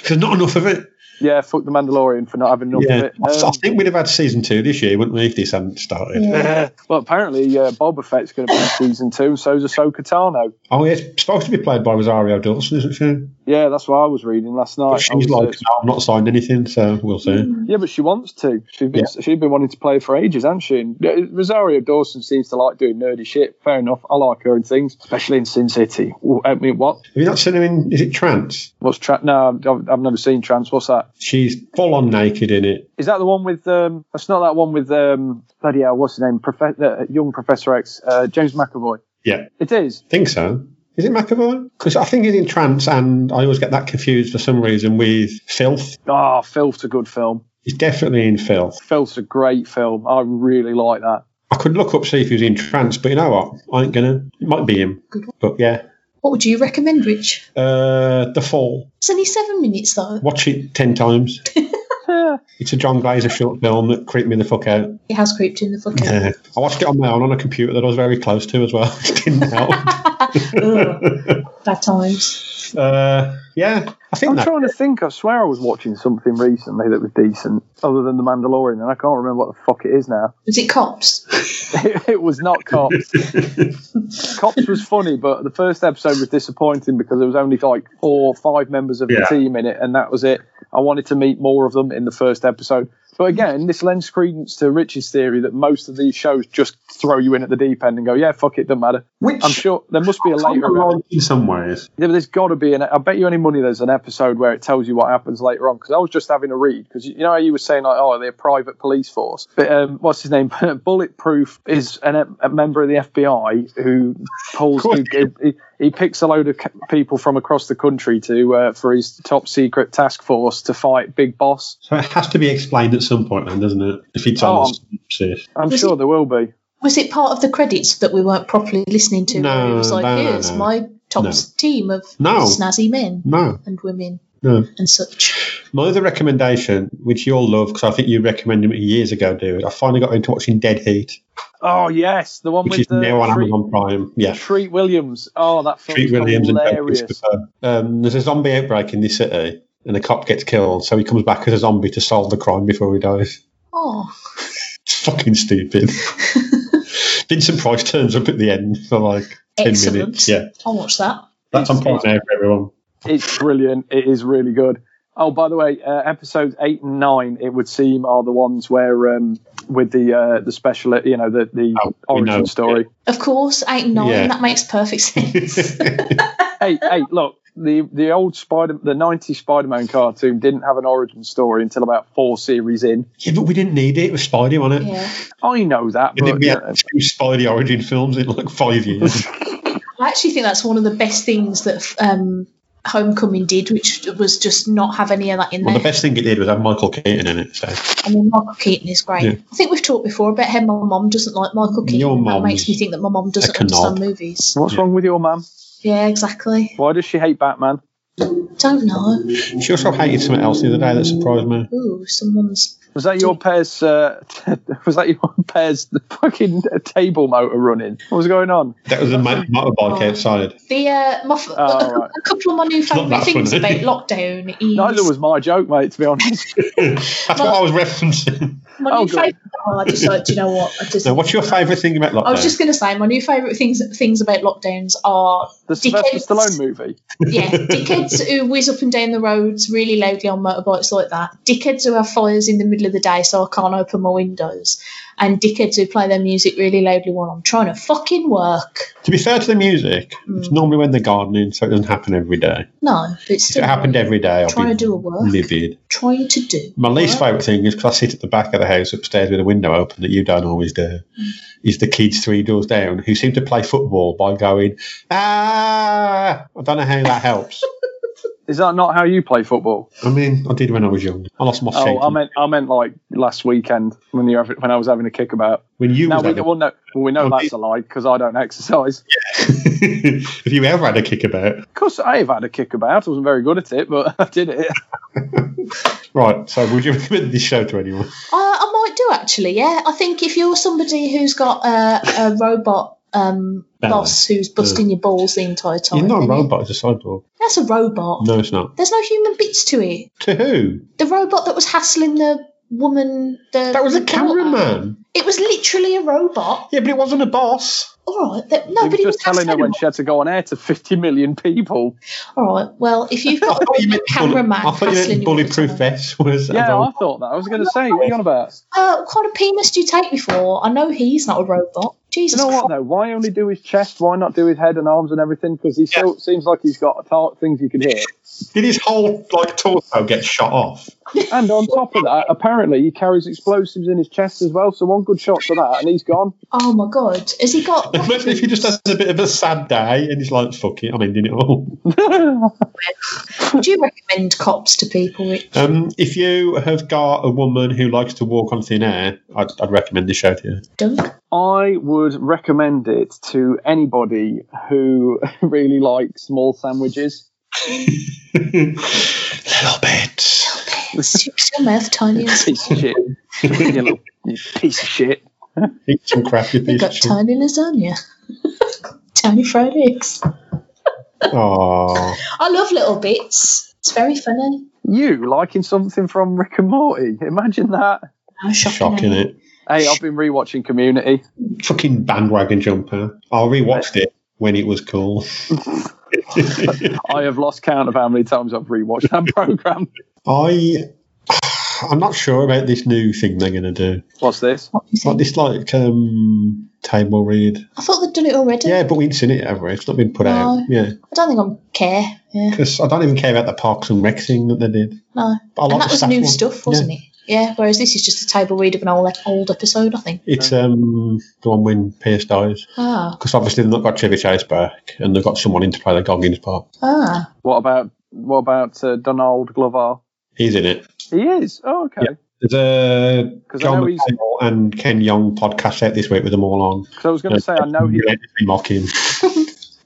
[SPEAKER 2] There's not enough of it.
[SPEAKER 4] Yeah, fuck The Mandalorian for not having enough
[SPEAKER 2] Yeah,
[SPEAKER 4] of
[SPEAKER 2] I,
[SPEAKER 4] it.
[SPEAKER 2] I
[SPEAKER 4] Um,
[SPEAKER 2] think we'd have had season two this year, wouldn't we, if this hadn't started?
[SPEAKER 3] Yeah.
[SPEAKER 4] Well, apparently uh, Boba Fett's going to be in season two, and so's Ahsoka Tano.
[SPEAKER 2] Oh, yeah, it's supposed to be played by Rosario Dawson, isn't she?
[SPEAKER 4] Yeah, that's what I was reading last night.
[SPEAKER 2] But she's
[SPEAKER 4] I was,
[SPEAKER 2] like,
[SPEAKER 4] uh,
[SPEAKER 2] "No, I've not signed anything, so we'll see.
[SPEAKER 4] yeah, but she wants to. She's been she's been wanting to play for ages, hasn't she? And, uh, Rosario Dawson seems to like doing nerdy shit. Fair enough. I like her and things, especially in Sin City. Ooh, I mean, what?
[SPEAKER 2] Have you not seen her in? Is it Trance?
[SPEAKER 4] What's tra- No, I've, I've never seen Trans. What's that?
[SPEAKER 2] She's full on naked in it.
[SPEAKER 4] Is that the one with? Um, that's not that one with. Um, bloody hell, what's his name? Profe- uh, young Professor X, uh, James McAvoy.
[SPEAKER 2] Yeah,
[SPEAKER 4] It is.
[SPEAKER 2] think so. Is it McAvoy? Because I think he's in Trance, and I always get that confused for some reason with Filth.
[SPEAKER 4] Ah, Filth's a good film.
[SPEAKER 2] He's definitely in Filth.
[SPEAKER 4] Filth's a great film. I really like that.
[SPEAKER 2] I could look up see if he was in Trance, but you know what? I ain't gonna. It might be him, but yeah.
[SPEAKER 3] What would you recommend, Rich?
[SPEAKER 2] Uh, the Fall.
[SPEAKER 3] It's only seven minutes though.
[SPEAKER 2] Watch it ten times. it's a John Glazer short film that creeped me the fuck out.
[SPEAKER 3] It has creeped in the fucking.
[SPEAKER 2] Yeah. I watched it on my own on a computer that I was very close to as well. Didn't help.
[SPEAKER 3] Ugh. Bad times.
[SPEAKER 2] Uh, yeah, I think
[SPEAKER 4] I'm
[SPEAKER 2] that.
[SPEAKER 4] trying to think. I swear I was watching something recently that was decent, other than The Mandalorian, and I can't remember what the fuck it is now.
[SPEAKER 3] Was it cops?
[SPEAKER 4] It, was not Cops. Cops was funny, but the first episode was disappointing because there was only like four or five members of
[SPEAKER 2] Yeah.
[SPEAKER 4] the team in it, and that was it. I wanted to meet more of them in the first episode, But again, this lends credence to Rich's theory that most of these shows just throw you in at the deep end and go, yeah, fuck it, doesn't matter.
[SPEAKER 2] Which
[SPEAKER 4] I'm sure there must be a
[SPEAKER 2] Tom
[SPEAKER 4] later.
[SPEAKER 2] Arnold in some ways.
[SPEAKER 4] Yeah, but there's got to be an. I bet you any money there's an episode where it tells you what happens later on. Because I was just having a read. Because you know how you were saying like, oh, they're a private police force. But um, what's his name? Bulletproof is an, e, a member of the FBI who pulls.
[SPEAKER 2] Of course.
[SPEAKER 4] Who, he, he picks a load of c- people from across the country to uh, for his top secret task force to fight Big Boss.
[SPEAKER 2] So it has to be explained at some point, then, doesn't it? If you tell
[SPEAKER 4] Oh,
[SPEAKER 2] us, seriously.
[SPEAKER 4] I'm
[SPEAKER 3] Was
[SPEAKER 4] sure
[SPEAKER 3] it-
[SPEAKER 4] there will be.
[SPEAKER 3] Was it part of the credits that we weren't properly listening to?
[SPEAKER 2] No,
[SPEAKER 3] where it was like,
[SPEAKER 2] no, no,
[SPEAKER 3] here's
[SPEAKER 2] no.
[SPEAKER 3] my top
[SPEAKER 2] No.
[SPEAKER 3] team of
[SPEAKER 2] No.
[SPEAKER 3] snazzy men
[SPEAKER 2] No,
[SPEAKER 3] and women
[SPEAKER 2] no.
[SPEAKER 3] and such.
[SPEAKER 2] My other recommendation, which you'll love, because I think you recommended it years ago, David, I finally got into watching Dead Heat,
[SPEAKER 4] Oh yes, the one
[SPEAKER 2] which
[SPEAKER 4] with
[SPEAKER 2] is
[SPEAKER 4] the
[SPEAKER 2] now on
[SPEAKER 4] Treat,
[SPEAKER 2] Amazon Prime. Yeah.
[SPEAKER 4] Treat Williams. Oh, that film's
[SPEAKER 2] Treat Williams and Doug
[SPEAKER 4] hilarious.
[SPEAKER 2] Christopher. Um, there's a zombie outbreak in this city, and a cop gets killed, so he comes back as a zombie to solve the crime before he dies.
[SPEAKER 3] Oh,
[SPEAKER 2] It's fucking stupid. Vincent Price turns up at the end for like 10
[SPEAKER 3] Excellent.
[SPEAKER 2] minutes. Yeah.
[SPEAKER 3] I'll watch that.
[SPEAKER 2] That's on point now for everyone.
[SPEAKER 4] It's brilliant. It is really good. Oh, by the way, uh, episodes eight and nine, it would seem, are the ones where um, with the uh, the special, you know, the the
[SPEAKER 2] Oh, we
[SPEAKER 4] origin
[SPEAKER 2] know.
[SPEAKER 4] story.
[SPEAKER 3] Of course, eight and nine.
[SPEAKER 2] Yeah.
[SPEAKER 3] That makes perfect sense.
[SPEAKER 4] hey, hey, look, the the old Spider, the '90s Spider-Man cartoon didn't have an origin story until about four series in.
[SPEAKER 2] Yeah, but we didn't need it. It was Spidey on it.
[SPEAKER 3] yeah.
[SPEAKER 4] I know that,
[SPEAKER 2] And
[SPEAKER 4] but
[SPEAKER 2] then we
[SPEAKER 4] you
[SPEAKER 2] had
[SPEAKER 4] know,
[SPEAKER 2] two Spidey origin films in like five years.
[SPEAKER 3] I actually think that's one of the best things that um, Homecoming did, which was just not have any of that in
[SPEAKER 2] well, the
[SPEAKER 3] there.
[SPEAKER 2] best thing it did was have Michael Keaton in it. So
[SPEAKER 3] I mean, Michael Keaton is great.
[SPEAKER 2] Yeah.
[SPEAKER 3] I think we've talked before about how my mom doesn't like Michael Keaton.
[SPEAKER 2] Your
[SPEAKER 3] and that
[SPEAKER 2] mum's
[SPEAKER 3] makes me think that my mom doesn't
[SPEAKER 2] a
[SPEAKER 3] understand
[SPEAKER 2] knob.
[SPEAKER 3] movies.
[SPEAKER 4] what's wrong with your mum?
[SPEAKER 3] Yeah, exactly.
[SPEAKER 4] Why does she hate Batman?
[SPEAKER 3] Don't know.
[SPEAKER 2] she also hated something else the other day that surprised me.
[SPEAKER 3] Ooh, someone's.
[SPEAKER 4] Was that your pair's? Uh, was that your pair's fucking table motor running? What was going on?
[SPEAKER 2] That was a mo- motorbike
[SPEAKER 3] Oh.
[SPEAKER 2] outside.
[SPEAKER 3] The uh, my, f- a, cou-
[SPEAKER 4] Oh, right.
[SPEAKER 3] a couple of my new favourite
[SPEAKER 2] that
[SPEAKER 3] things about
[SPEAKER 2] funny.
[SPEAKER 3] lockdown is
[SPEAKER 4] Neither was my joke, mate. To be honest.
[SPEAKER 2] That's what I was referencing.
[SPEAKER 3] my
[SPEAKER 4] Oh,
[SPEAKER 3] new
[SPEAKER 4] God.
[SPEAKER 3] favourite. Oh, I just like, do you know what? I just.
[SPEAKER 2] now, what's your favourite thing about lockdown?
[SPEAKER 3] I was just going to say my new favourite things things about lockdowns are
[SPEAKER 4] The Sylvester
[SPEAKER 3] Dickens.
[SPEAKER 4] Stallone movie.
[SPEAKER 3] yeah, dickheads who whiz up and down the roads really loudly on motorbikes like that. Dickheads who have fires in the middle of the day so I can't open my windows. And dickheads who play their music really loudly while I'm trying to fucking work.
[SPEAKER 2] to be fair to the music,
[SPEAKER 3] Mm.
[SPEAKER 2] it's normally when they're gardening, so it doesn't happen every day.
[SPEAKER 3] No, but it's
[SPEAKER 2] If
[SPEAKER 3] still
[SPEAKER 2] it happened every day, I'd
[SPEAKER 3] Trying
[SPEAKER 2] be
[SPEAKER 3] to do a work.
[SPEAKER 2] livid.
[SPEAKER 3] trying to do.
[SPEAKER 2] My least favourite thing is because I sit at the back of the house upstairs with a window open that you don't always do. Is the kids three doors down who seem to play football by going ah? I don't know how that helps.
[SPEAKER 4] Is that not how you play football?
[SPEAKER 2] I mean, I did when I was young. I lost my
[SPEAKER 4] Oh,
[SPEAKER 2] shape
[SPEAKER 4] I meant I meant like last weekend when you when I was having a kickabout.
[SPEAKER 2] when you.
[SPEAKER 4] Now
[SPEAKER 2] Was
[SPEAKER 4] we
[SPEAKER 2] having-
[SPEAKER 4] well, no, well, we know
[SPEAKER 2] Oh,
[SPEAKER 4] that's a lie because I don't exercise.
[SPEAKER 2] Have you ever had a kickabout?
[SPEAKER 4] Of course, I've had a kickabout. I wasn't very good at it, but I did it.
[SPEAKER 2] Right. So, would you recommend this show to anyone?
[SPEAKER 3] Uh, I might do actually, yeah. I think if you're somebody who's got a, a robot um,
[SPEAKER 2] Ballet.
[SPEAKER 3] boss who's busting your balls the entire
[SPEAKER 4] Oh,
[SPEAKER 3] time,
[SPEAKER 2] You're not a
[SPEAKER 3] then
[SPEAKER 2] robot. It's a cyborg.
[SPEAKER 3] that's a robot.
[SPEAKER 2] No, it's not.
[SPEAKER 3] There's no human bits to it.
[SPEAKER 2] To who?
[SPEAKER 3] the robot that was hassling the woman. The
[SPEAKER 2] That was
[SPEAKER 3] the
[SPEAKER 2] a
[SPEAKER 3] counter.
[SPEAKER 2] cameraman.
[SPEAKER 3] It was literally a robot.
[SPEAKER 2] Yeah, but it wasn't a boss.
[SPEAKER 3] All right, that, no,
[SPEAKER 4] he
[SPEAKER 3] but
[SPEAKER 4] was
[SPEAKER 3] he was
[SPEAKER 4] just telling her
[SPEAKER 3] hassling.
[SPEAKER 4] when she had to go on air to 50 million people.
[SPEAKER 3] All right, well, if you've
[SPEAKER 2] I
[SPEAKER 3] got
[SPEAKER 2] thought you
[SPEAKER 3] a
[SPEAKER 2] meant
[SPEAKER 3] cameraman
[SPEAKER 2] bullet- I thought you
[SPEAKER 3] hassling
[SPEAKER 2] meant
[SPEAKER 3] you all the
[SPEAKER 2] bulletproof
[SPEAKER 3] time.
[SPEAKER 2] vest was. a
[SPEAKER 4] Yeah, I
[SPEAKER 2] robot.
[SPEAKER 4] thought that. I was going to say, what are you on about?
[SPEAKER 3] Uh, what kind of penis do you take me for? I know he's not a robot.
[SPEAKER 4] You
[SPEAKER 3] Jesus
[SPEAKER 4] know what
[SPEAKER 3] Christ.
[SPEAKER 4] though? Why only do his chest? Why not do his head and arms and everything? Because he still seems like he's got dark things you can hear.
[SPEAKER 2] Did his whole like torso get shot off?
[SPEAKER 4] And on top of that, apparently he carries explosives in his chest as well. So one good shot to that, and he's gone.
[SPEAKER 3] Oh my god, has he got?
[SPEAKER 2] Imagine if he just has a bit of a sad day and he's like, "Fuck it, I'm ending it all."
[SPEAKER 3] Would you recommend cops to people? Rich?
[SPEAKER 2] Um, if you have got a woman who likes to walk on thin air, I'd, I'd recommend this show to you.
[SPEAKER 3] Dunk.
[SPEAKER 4] I would recommend it to anybody who really likes small sandwiches.
[SPEAKER 2] Little bit.
[SPEAKER 3] Six your mouth tiny and small.
[SPEAKER 4] Piece of shit. you little you piece of shit.
[SPEAKER 2] Eat some crappy
[SPEAKER 3] They've
[SPEAKER 2] piece
[SPEAKER 3] got
[SPEAKER 2] of shit.
[SPEAKER 3] tiny lasagna, tiny fried eggs.
[SPEAKER 2] Aww.
[SPEAKER 3] I love little bits. It's very funny.
[SPEAKER 4] You liking something from Rick and Morty? Imagine that.
[SPEAKER 3] No, shocking,
[SPEAKER 2] Shocking
[SPEAKER 3] eh?
[SPEAKER 2] it.
[SPEAKER 4] Hey, I've been rewatching Community.
[SPEAKER 2] Fucking bandwagon jumper. I rewatched it when it was cool.
[SPEAKER 4] I have lost count of how many times I've rewatched that program.
[SPEAKER 2] I I'm not sure about this new thing they're going to do.
[SPEAKER 4] What's this?
[SPEAKER 3] What do you
[SPEAKER 2] Like
[SPEAKER 3] think?
[SPEAKER 2] this, like um, table read.
[SPEAKER 3] I thought they'd done it already.
[SPEAKER 2] Yeah, but we ain't seen it, have we? It's not been put
[SPEAKER 3] No.
[SPEAKER 2] out. Yeah,
[SPEAKER 3] I don't think I'm care. Yeah,
[SPEAKER 2] because I don't even care about the Parks and Rec thing that they did.
[SPEAKER 3] no.
[SPEAKER 2] But I like
[SPEAKER 3] and
[SPEAKER 2] the
[SPEAKER 3] that was
[SPEAKER 2] staff
[SPEAKER 3] new
[SPEAKER 2] one.
[SPEAKER 3] stuff, wasn't it? Yeah. Whereas this is just a table read of an old old episode, I think.
[SPEAKER 2] It's um the one when Pierce dies.
[SPEAKER 3] Ah,
[SPEAKER 2] Because obviously they've not got Chevy Chase back, and they've got someone in to play the Goggins part.
[SPEAKER 3] ah.
[SPEAKER 4] What about what about uh, Donald Glover?
[SPEAKER 2] He's in it.
[SPEAKER 4] He is. Oh, okay.
[SPEAKER 2] Yeah. There's a
[SPEAKER 4] 'Cause I
[SPEAKER 2] John
[SPEAKER 4] know he's-
[SPEAKER 2] McCall and Ken Young podcast out this week with them all on.
[SPEAKER 4] Because I was going to say, I know he
[SPEAKER 2] Relentlessly mock him.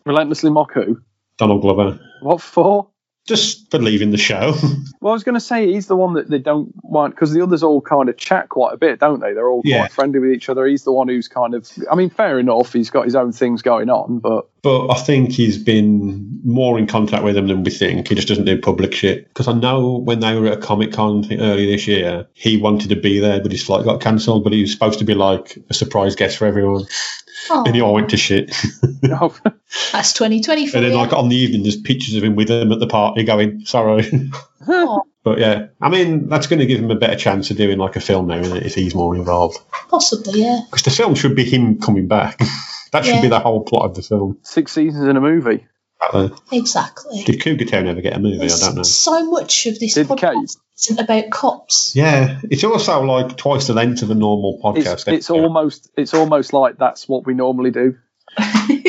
[SPEAKER 4] relentlessly mock who.
[SPEAKER 2] Donald Glover.
[SPEAKER 4] What for?
[SPEAKER 2] Just for leaving the show.
[SPEAKER 4] Well, I was going to say he's the one that they don't want because the others all kind of chat quite a bit, don't they? They're all
[SPEAKER 2] Yeah.
[SPEAKER 4] quite friendly with each other. He's the one who's kind of. I mean, fair enough. He's got his own things going on, but
[SPEAKER 2] but I think he's been more in contact with them than we think. He just doesn't do public shit. Because I know when they were at a Comic Con thing earlier this year, he wanted to be there, but his flight got cancelled. But he was supposed to be like a surprise guest for everyone, and he
[SPEAKER 3] Oh,
[SPEAKER 2] all went to shit.
[SPEAKER 4] no.
[SPEAKER 3] that's 2024.
[SPEAKER 2] and then like on the evening, there's pictures of him with them at the party going, "Sorry."
[SPEAKER 3] Oh,
[SPEAKER 2] but yeah, I mean that's going to give him a better chance of doing like a film now, isn't it? If he's more involved,
[SPEAKER 3] possibly, yeah.
[SPEAKER 2] because the film should be him coming back. that should
[SPEAKER 3] Yeah.
[SPEAKER 2] be the whole plot of the film.
[SPEAKER 4] six seasons in a movie.
[SPEAKER 2] Uh,
[SPEAKER 3] Exactly.
[SPEAKER 2] Did Cougar Town ever get a movie? I don't know.
[SPEAKER 3] There's So much of this
[SPEAKER 4] Did Kate-
[SPEAKER 3] podcast isn't about cops.
[SPEAKER 2] Yeah, it's also like twice the length of a normal podcast.
[SPEAKER 4] It's, it's
[SPEAKER 2] episode.
[SPEAKER 4] almost it's almost like that's what we normally do.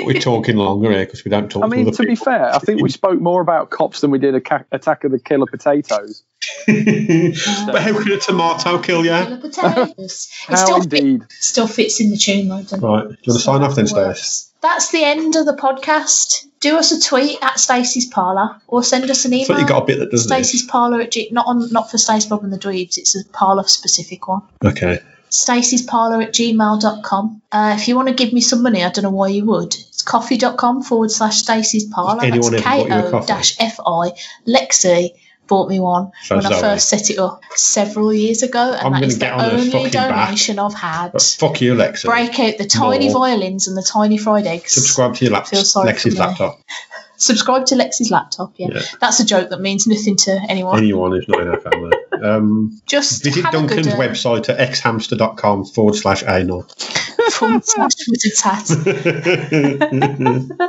[SPEAKER 2] we're talking longer here because we don't talk.
[SPEAKER 4] I mean,
[SPEAKER 2] other
[SPEAKER 4] to be
[SPEAKER 2] people.
[SPEAKER 4] fair, I think we spoke more about cops than we did Aca- Attack of the Killer Potatoes.
[SPEAKER 2] but how could a tomato kill you?
[SPEAKER 3] Killer potatoes. It
[SPEAKER 4] How
[SPEAKER 3] still, fit,
[SPEAKER 4] indeed.
[SPEAKER 3] still fits in the tune, though, doesn't it?
[SPEAKER 2] Right, do you want to sign off then, Stace?
[SPEAKER 3] Works. That's the end of the podcast. Do us a tweet at Stacey's Parlour or send us an
[SPEAKER 2] I
[SPEAKER 3] email.
[SPEAKER 2] thought you got a bit that doesn't. it?
[SPEAKER 3] Stacey's Parlour at G- not on not for Stace Bob and the Dweebs, it's a parlour specific one.
[SPEAKER 2] Okay.
[SPEAKER 3] Stacey's Parlour at gmail.com. Uh, if you want to give me some money, I don't know why you would. It's coffee.com forward slash Stacey's Parlour.
[SPEAKER 2] Has anyone
[SPEAKER 3] That's
[SPEAKER 2] ever bought you a
[SPEAKER 3] K-O dash F-I. Lexi bought me one
[SPEAKER 2] So
[SPEAKER 3] when I
[SPEAKER 2] Zoe.
[SPEAKER 3] first set it up several years ago, and
[SPEAKER 2] I'm
[SPEAKER 3] that
[SPEAKER 2] gonna
[SPEAKER 3] is the
[SPEAKER 2] get on her
[SPEAKER 3] only
[SPEAKER 2] fucking back.
[SPEAKER 3] donation I've had.
[SPEAKER 2] But fuck you, Lexi.
[SPEAKER 3] Break out the tiny
[SPEAKER 2] More.
[SPEAKER 3] violins and the tiny fried eggs.
[SPEAKER 2] Subscribe to your lap-
[SPEAKER 3] Feel sorry for
[SPEAKER 2] Lexi's
[SPEAKER 3] me.
[SPEAKER 2] laptop.
[SPEAKER 3] Subscribe to Lexi's laptop. Yeah.
[SPEAKER 2] Yeah.
[SPEAKER 3] that's a joke that means nothing to anyone.
[SPEAKER 2] Anyone who's not in our family. Um,
[SPEAKER 3] Just
[SPEAKER 2] visit
[SPEAKER 3] have
[SPEAKER 2] Duncan's
[SPEAKER 3] a good, uh,
[SPEAKER 2] website at xhamster.com forward slash anal.
[SPEAKER 3] forward slash Twitter tat.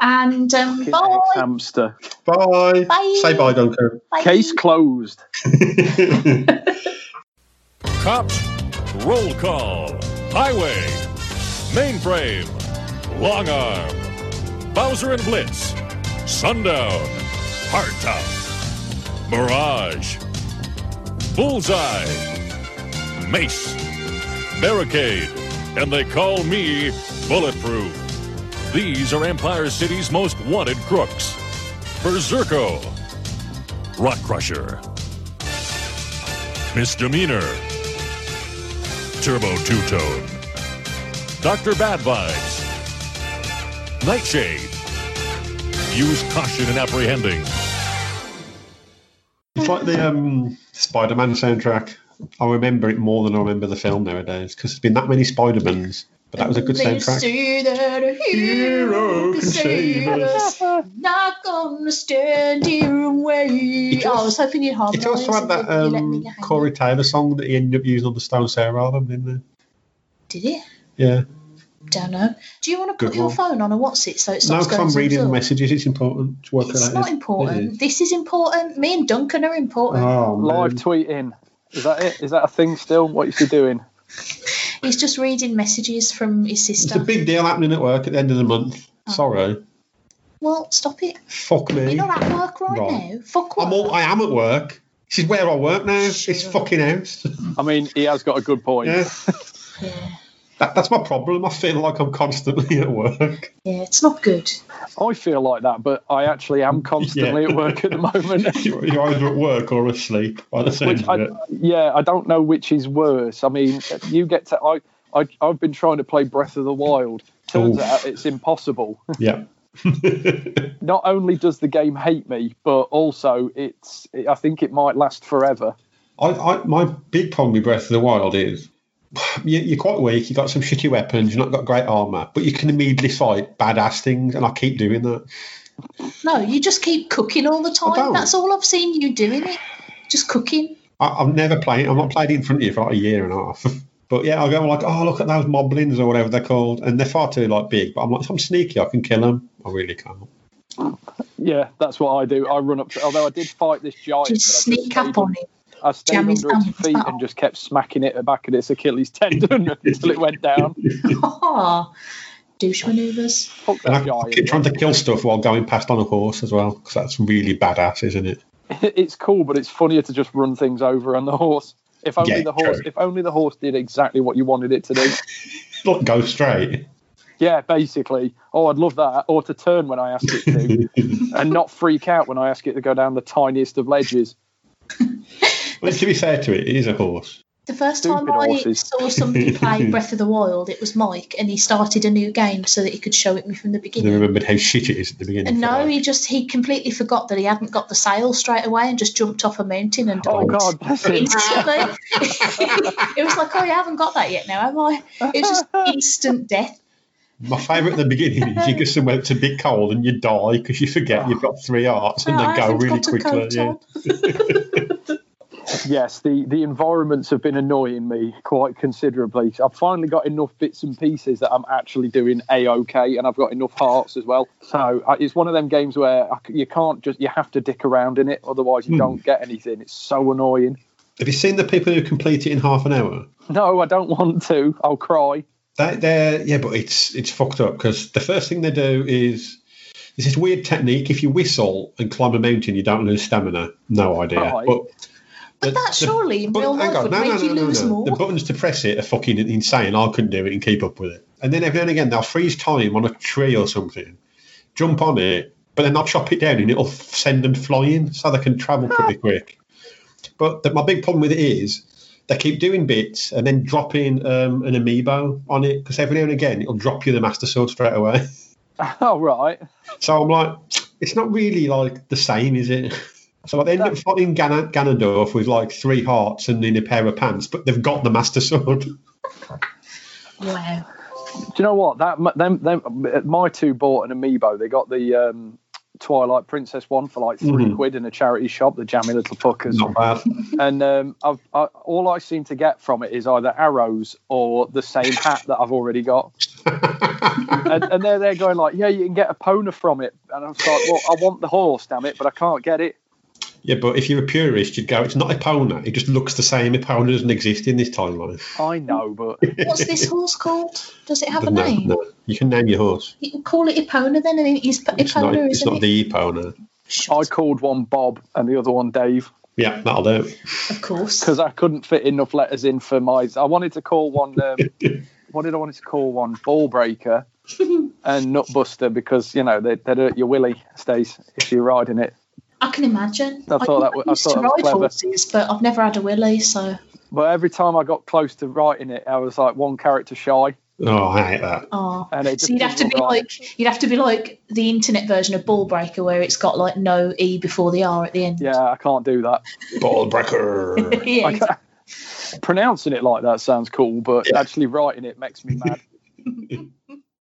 [SPEAKER 3] And um,
[SPEAKER 4] Fucking
[SPEAKER 3] bye.
[SPEAKER 4] Hamster.
[SPEAKER 2] bye.
[SPEAKER 3] Bye.
[SPEAKER 2] Say bye, Duncan.
[SPEAKER 3] Bye.
[SPEAKER 4] Case closed.
[SPEAKER 1] Cops, roll call, highway, mainframe, long arm, Bowser and Blitz, sundown, hardtop, mirage, bullseye, mace, barricade, and they call me bulletproof. These are Empire City's most wanted crooks. Berserko, Rock Crusher, Misdemeanor. Turbo Two Tone, Dr. Bad Vibes, Nightshade. Use caution in apprehending.
[SPEAKER 2] It's like the um, Spider Man soundtrack. I remember it more than I remember the film nowadays because there's been that many Spider Mans, but that was a good
[SPEAKER 3] They
[SPEAKER 2] soundtrack.
[SPEAKER 3] say that a hero can save us. Not gonna stand here and wait.
[SPEAKER 2] It
[SPEAKER 3] Oh, I
[SPEAKER 2] also-
[SPEAKER 3] was hoping you'd harmonise.
[SPEAKER 2] It also had that
[SPEAKER 3] and you'd let me
[SPEAKER 2] um,
[SPEAKER 3] hang.
[SPEAKER 2] Corey Taylor song that he ended up using on the Stone Sour album, didn't it?
[SPEAKER 3] Did it?
[SPEAKER 2] Yeah.
[SPEAKER 3] Don't know. Do you want to
[SPEAKER 2] Good
[SPEAKER 3] put your
[SPEAKER 2] one.
[SPEAKER 3] phone on and what's it so it
[SPEAKER 2] No, because
[SPEAKER 3] stops going
[SPEAKER 2] I'm
[SPEAKER 3] zum
[SPEAKER 2] reading the
[SPEAKER 3] zum?
[SPEAKER 2] messages. It's important. It's work
[SPEAKER 3] It's
[SPEAKER 2] related.
[SPEAKER 3] not
[SPEAKER 2] It is.
[SPEAKER 3] important. This is important. Me and Duncan are important.
[SPEAKER 2] Oh, man.
[SPEAKER 4] Live tweeting. Is that it? Is that a thing still? What is he doing?
[SPEAKER 3] He's just reading messages from his
[SPEAKER 2] It's a
[SPEAKER 3] sister.
[SPEAKER 2] big deal happening at work at the end of the month. Sorry.
[SPEAKER 3] Well, stop it.
[SPEAKER 2] Fuck
[SPEAKER 3] Oh. You're
[SPEAKER 2] me.
[SPEAKER 3] not at work right
[SPEAKER 2] Right.
[SPEAKER 3] now. Fuck
[SPEAKER 2] I'm all,
[SPEAKER 3] off.
[SPEAKER 2] I am at work. This is where I work now. It's fucking house.
[SPEAKER 4] I mean, he has got a good point.
[SPEAKER 2] yeah.
[SPEAKER 3] Yeah.
[SPEAKER 2] That, that's my problem. I feel like I'm constantly at work.
[SPEAKER 3] yeah, it's not good.
[SPEAKER 4] I feel like that, but I actually am constantly
[SPEAKER 2] Yeah.
[SPEAKER 4] at work at the moment.
[SPEAKER 2] You're you're either at work or asleep by the sounds of
[SPEAKER 4] which I,
[SPEAKER 2] it.
[SPEAKER 4] yeah, I don't know which is worse. I mean, you get to I, I I've been trying to play Breath of the Wild. Turns
[SPEAKER 2] Oof.
[SPEAKER 4] out it's impossible.
[SPEAKER 2] Yeah.
[SPEAKER 4] Not only does the game hate me, but also it's I think it might last forever.
[SPEAKER 2] I, I, my big problem with Breath of the Wild is you, you're quite weak. You've got some shitty weapons. You've not got great armor, but you can immediately fight badass things, and I keep doing that.
[SPEAKER 3] No, you just keep cooking all the time.
[SPEAKER 2] don't.
[SPEAKER 3] That's all I've seen you doing it. Just cooking.
[SPEAKER 2] I, I've never played. I've not played it in front of you for like a year and a half. But yeah, I go like, oh look at those moblins or whatever they're called, and they're far too like big. But I'm like, if I'm sneaky, I can kill them. I really can't.
[SPEAKER 4] Yeah, that's what I do. I run up. To, although I did fight this giant,
[SPEAKER 3] Just
[SPEAKER 4] but I
[SPEAKER 3] sneak up
[SPEAKER 4] stayed
[SPEAKER 3] on it.
[SPEAKER 4] I stayed
[SPEAKER 3] jam his
[SPEAKER 4] under its
[SPEAKER 3] thumb
[SPEAKER 4] feet
[SPEAKER 3] up.
[SPEAKER 4] and just kept smacking it at the back of its Achilles tendon until it went down.
[SPEAKER 3] Ah, douche maneuvers.
[SPEAKER 4] Fuck
[SPEAKER 2] And I
[SPEAKER 4] that giant.
[SPEAKER 2] keep trying to kill stuff while going past on a horse as well, because that's really badass, isn't it?
[SPEAKER 4] it's cool, but it's funnier to just run things over on the horse. If only
[SPEAKER 2] Yeah,
[SPEAKER 4] the horse,
[SPEAKER 2] true.
[SPEAKER 4] if only the horse did exactly what you wanted it to do.
[SPEAKER 2] Look, go straight.
[SPEAKER 4] yeah, basically. Oh, I'd love that. Or to turn when I ask it to, and not freak out when I ask it to go down the tiniest of ledges.
[SPEAKER 2] But to be fair to it, it is a horse.
[SPEAKER 3] The first
[SPEAKER 4] Stupid
[SPEAKER 3] time I
[SPEAKER 4] horses.
[SPEAKER 3] saw somebody play Breath of the Wild, it was Mike, and he started a new game so that he could show it me from the
[SPEAKER 2] And I
[SPEAKER 3] beginning.
[SPEAKER 2] remembered how shit it is at the beginning.
[SPEAKER 3] And
[SPEAKER 2] for
[SPEAKER 3] no,
[SPEAKER 2] that.
[SPEAKER 3] he just he completely forgot that he hadn't got the sail straight away and just jumped off a mountain and died.
[SPEAKER 4] Oh God, bless him.
[SPEAKER 3] Instantly. it was like, oh, I haven't got that yet now, have I? It was just instant death.
[SPEAKER 2] My favourite at the beginning is you go somewhere that's a bit cold and you die because you forget you've got three hearts and
[SPEAKER 3] I
[SPEAKER 2] they go
[SPEAKER 3] haven't
[SPEAKER 2] really
[SPEAKER 3] got a
[SPEAKER 2] quickly.
[SPEAKER 3] coat
[SPEAKER 2] Yeah.
[SPEAKER 3] on.
[SPEAKER 4] Yes, the, the environments have been annoying me quite considerably. I've finally got enough bits and pieces that I'm actually doing a okay, and I've got enough hearts as well. So I, it's one of them games where I c you can't just you have to dick around in it, otherwise
[SPEAKER 2] Hmm.
[SPEAKER 4] you don't get anything. It's so annoying.
[SPEAKER 2] Have you seen the people who complete it in half an hour?
[SPEAKER 4] No, I don't want to. I'll cry.
[SPEAKER 2] They, they're yeah, but it's it's fucked up because the first thing they do is it's this weird technique. If you whistle and climb a mountain, you don't lose stamina. No idea.
[SPEAKER 4] Right.
[SPEAKER 2] But,
[SPEAKER 3] But that surely in real life would make you lose more.
[SPEAKER 2] The buttons to press it are fucking insane. I couldn't do it and keep up with it. And then every now and again they'll freeze time on a tree or something, jump on it, but then they'll chop it down and it'll f- send them flying so they can travel pretty quick. But the, my big problem with it is they keep doing bits and then dropping um, an amiibo on it because every now and again it'll drop you the master sword straight away.
[SPEAKER 4] All right.
[SPEAKER 2] So I'm like, it's not really like the same, is it? So I end up fighting Gan- Ganondorf with like three hearts and in a pair of pants, but they've got the Master Sword.
[SPEAKER 3] Wow.
[SPEAKER 4] Do you know what? That them, them my two bought an amiibo. They got the um, Twilight Princess one for like 3 quid in a charity shop. The jammy little fuckers.
[SPEAKER 2] Not bad.
[SPEAKER 4] and um, I've, I, all I seem to get from it is either arrows or the same hat that I've already got. and, and they're there going like, yeah, you can get a pona from it, and I'm just like, well, I want the horse, damn it, but I can't get it.
[SPEAKER 2] Yeah, but if you're a purist, you'd go, it's not Epona. It just looks the same. Epona doesn't exist in this timeline.
[SPEAKER 4] I know, but
[SPEAKER 3] What's this horse called? Does it have a
[SPEAKER 2] no,
[SPEAKER 3] name?
[SPEAKER 2] no. You can name your horse.
[SPEAKER 3] You can call it Epona then, and it is Epona,
[SPEAKER 2] It's not, it's
[SPEAKER 3] isn't
[SPEAKER 2] not
[SPEAKER 3] it?
[SPEAKER 2] the Epona.
[SPEAKER 4] I called one Bob and the other one Dave
[SPEAKER 2] Yeah, that'll do.
[SPEAKER 3] of course.
[SPEAKER 4] because I couldn't fit enough letters in for my. I wanted to call one. Um, what did I want to call one? Ballbreaker and Nutbuster because you know they they hurt your willy, Stace, if you're riding it.
[SPEAKER 3] I can imagine.
[SPEAKER 4] I thought that wa- I
[SPEAKER 3] used
[SPEAKER 4] thought
[SPEAKER 3] to
[SPEAKER 4] that was
[SPEAKER 3] ride
[SPEAKER 4] clever.
[SPEAKER 3] horses, but I've never had a willy, so
[SPEAKER 4] But every time I got close to writing it, I was like one character shy,
[SPEAKER 2] Oh, I hate that.
[SPEAKER 3] ah.
[SPEAKER 4] and it just
[SPEAKER 3] So you'd have to
[SPEAKER 4] didn't
[SPEAKER 3] be
[SPEAKER 4] look right.
[SPEAKER 3] like you'd have to be like the internet version of Ballbreaker, where it's got like no e before the r at the end.
[SPEAKER 4] yeah, I can't do that.
[SPEAKER 2] Ball breaker.
[SPEAKER 3] Yeah,
[SPEAKER 4] I
[SPEAKER 3] exactly.
[SPEAKER 4] can't- Pronouncing it like that sounds cool, but actually writing it makes me mad.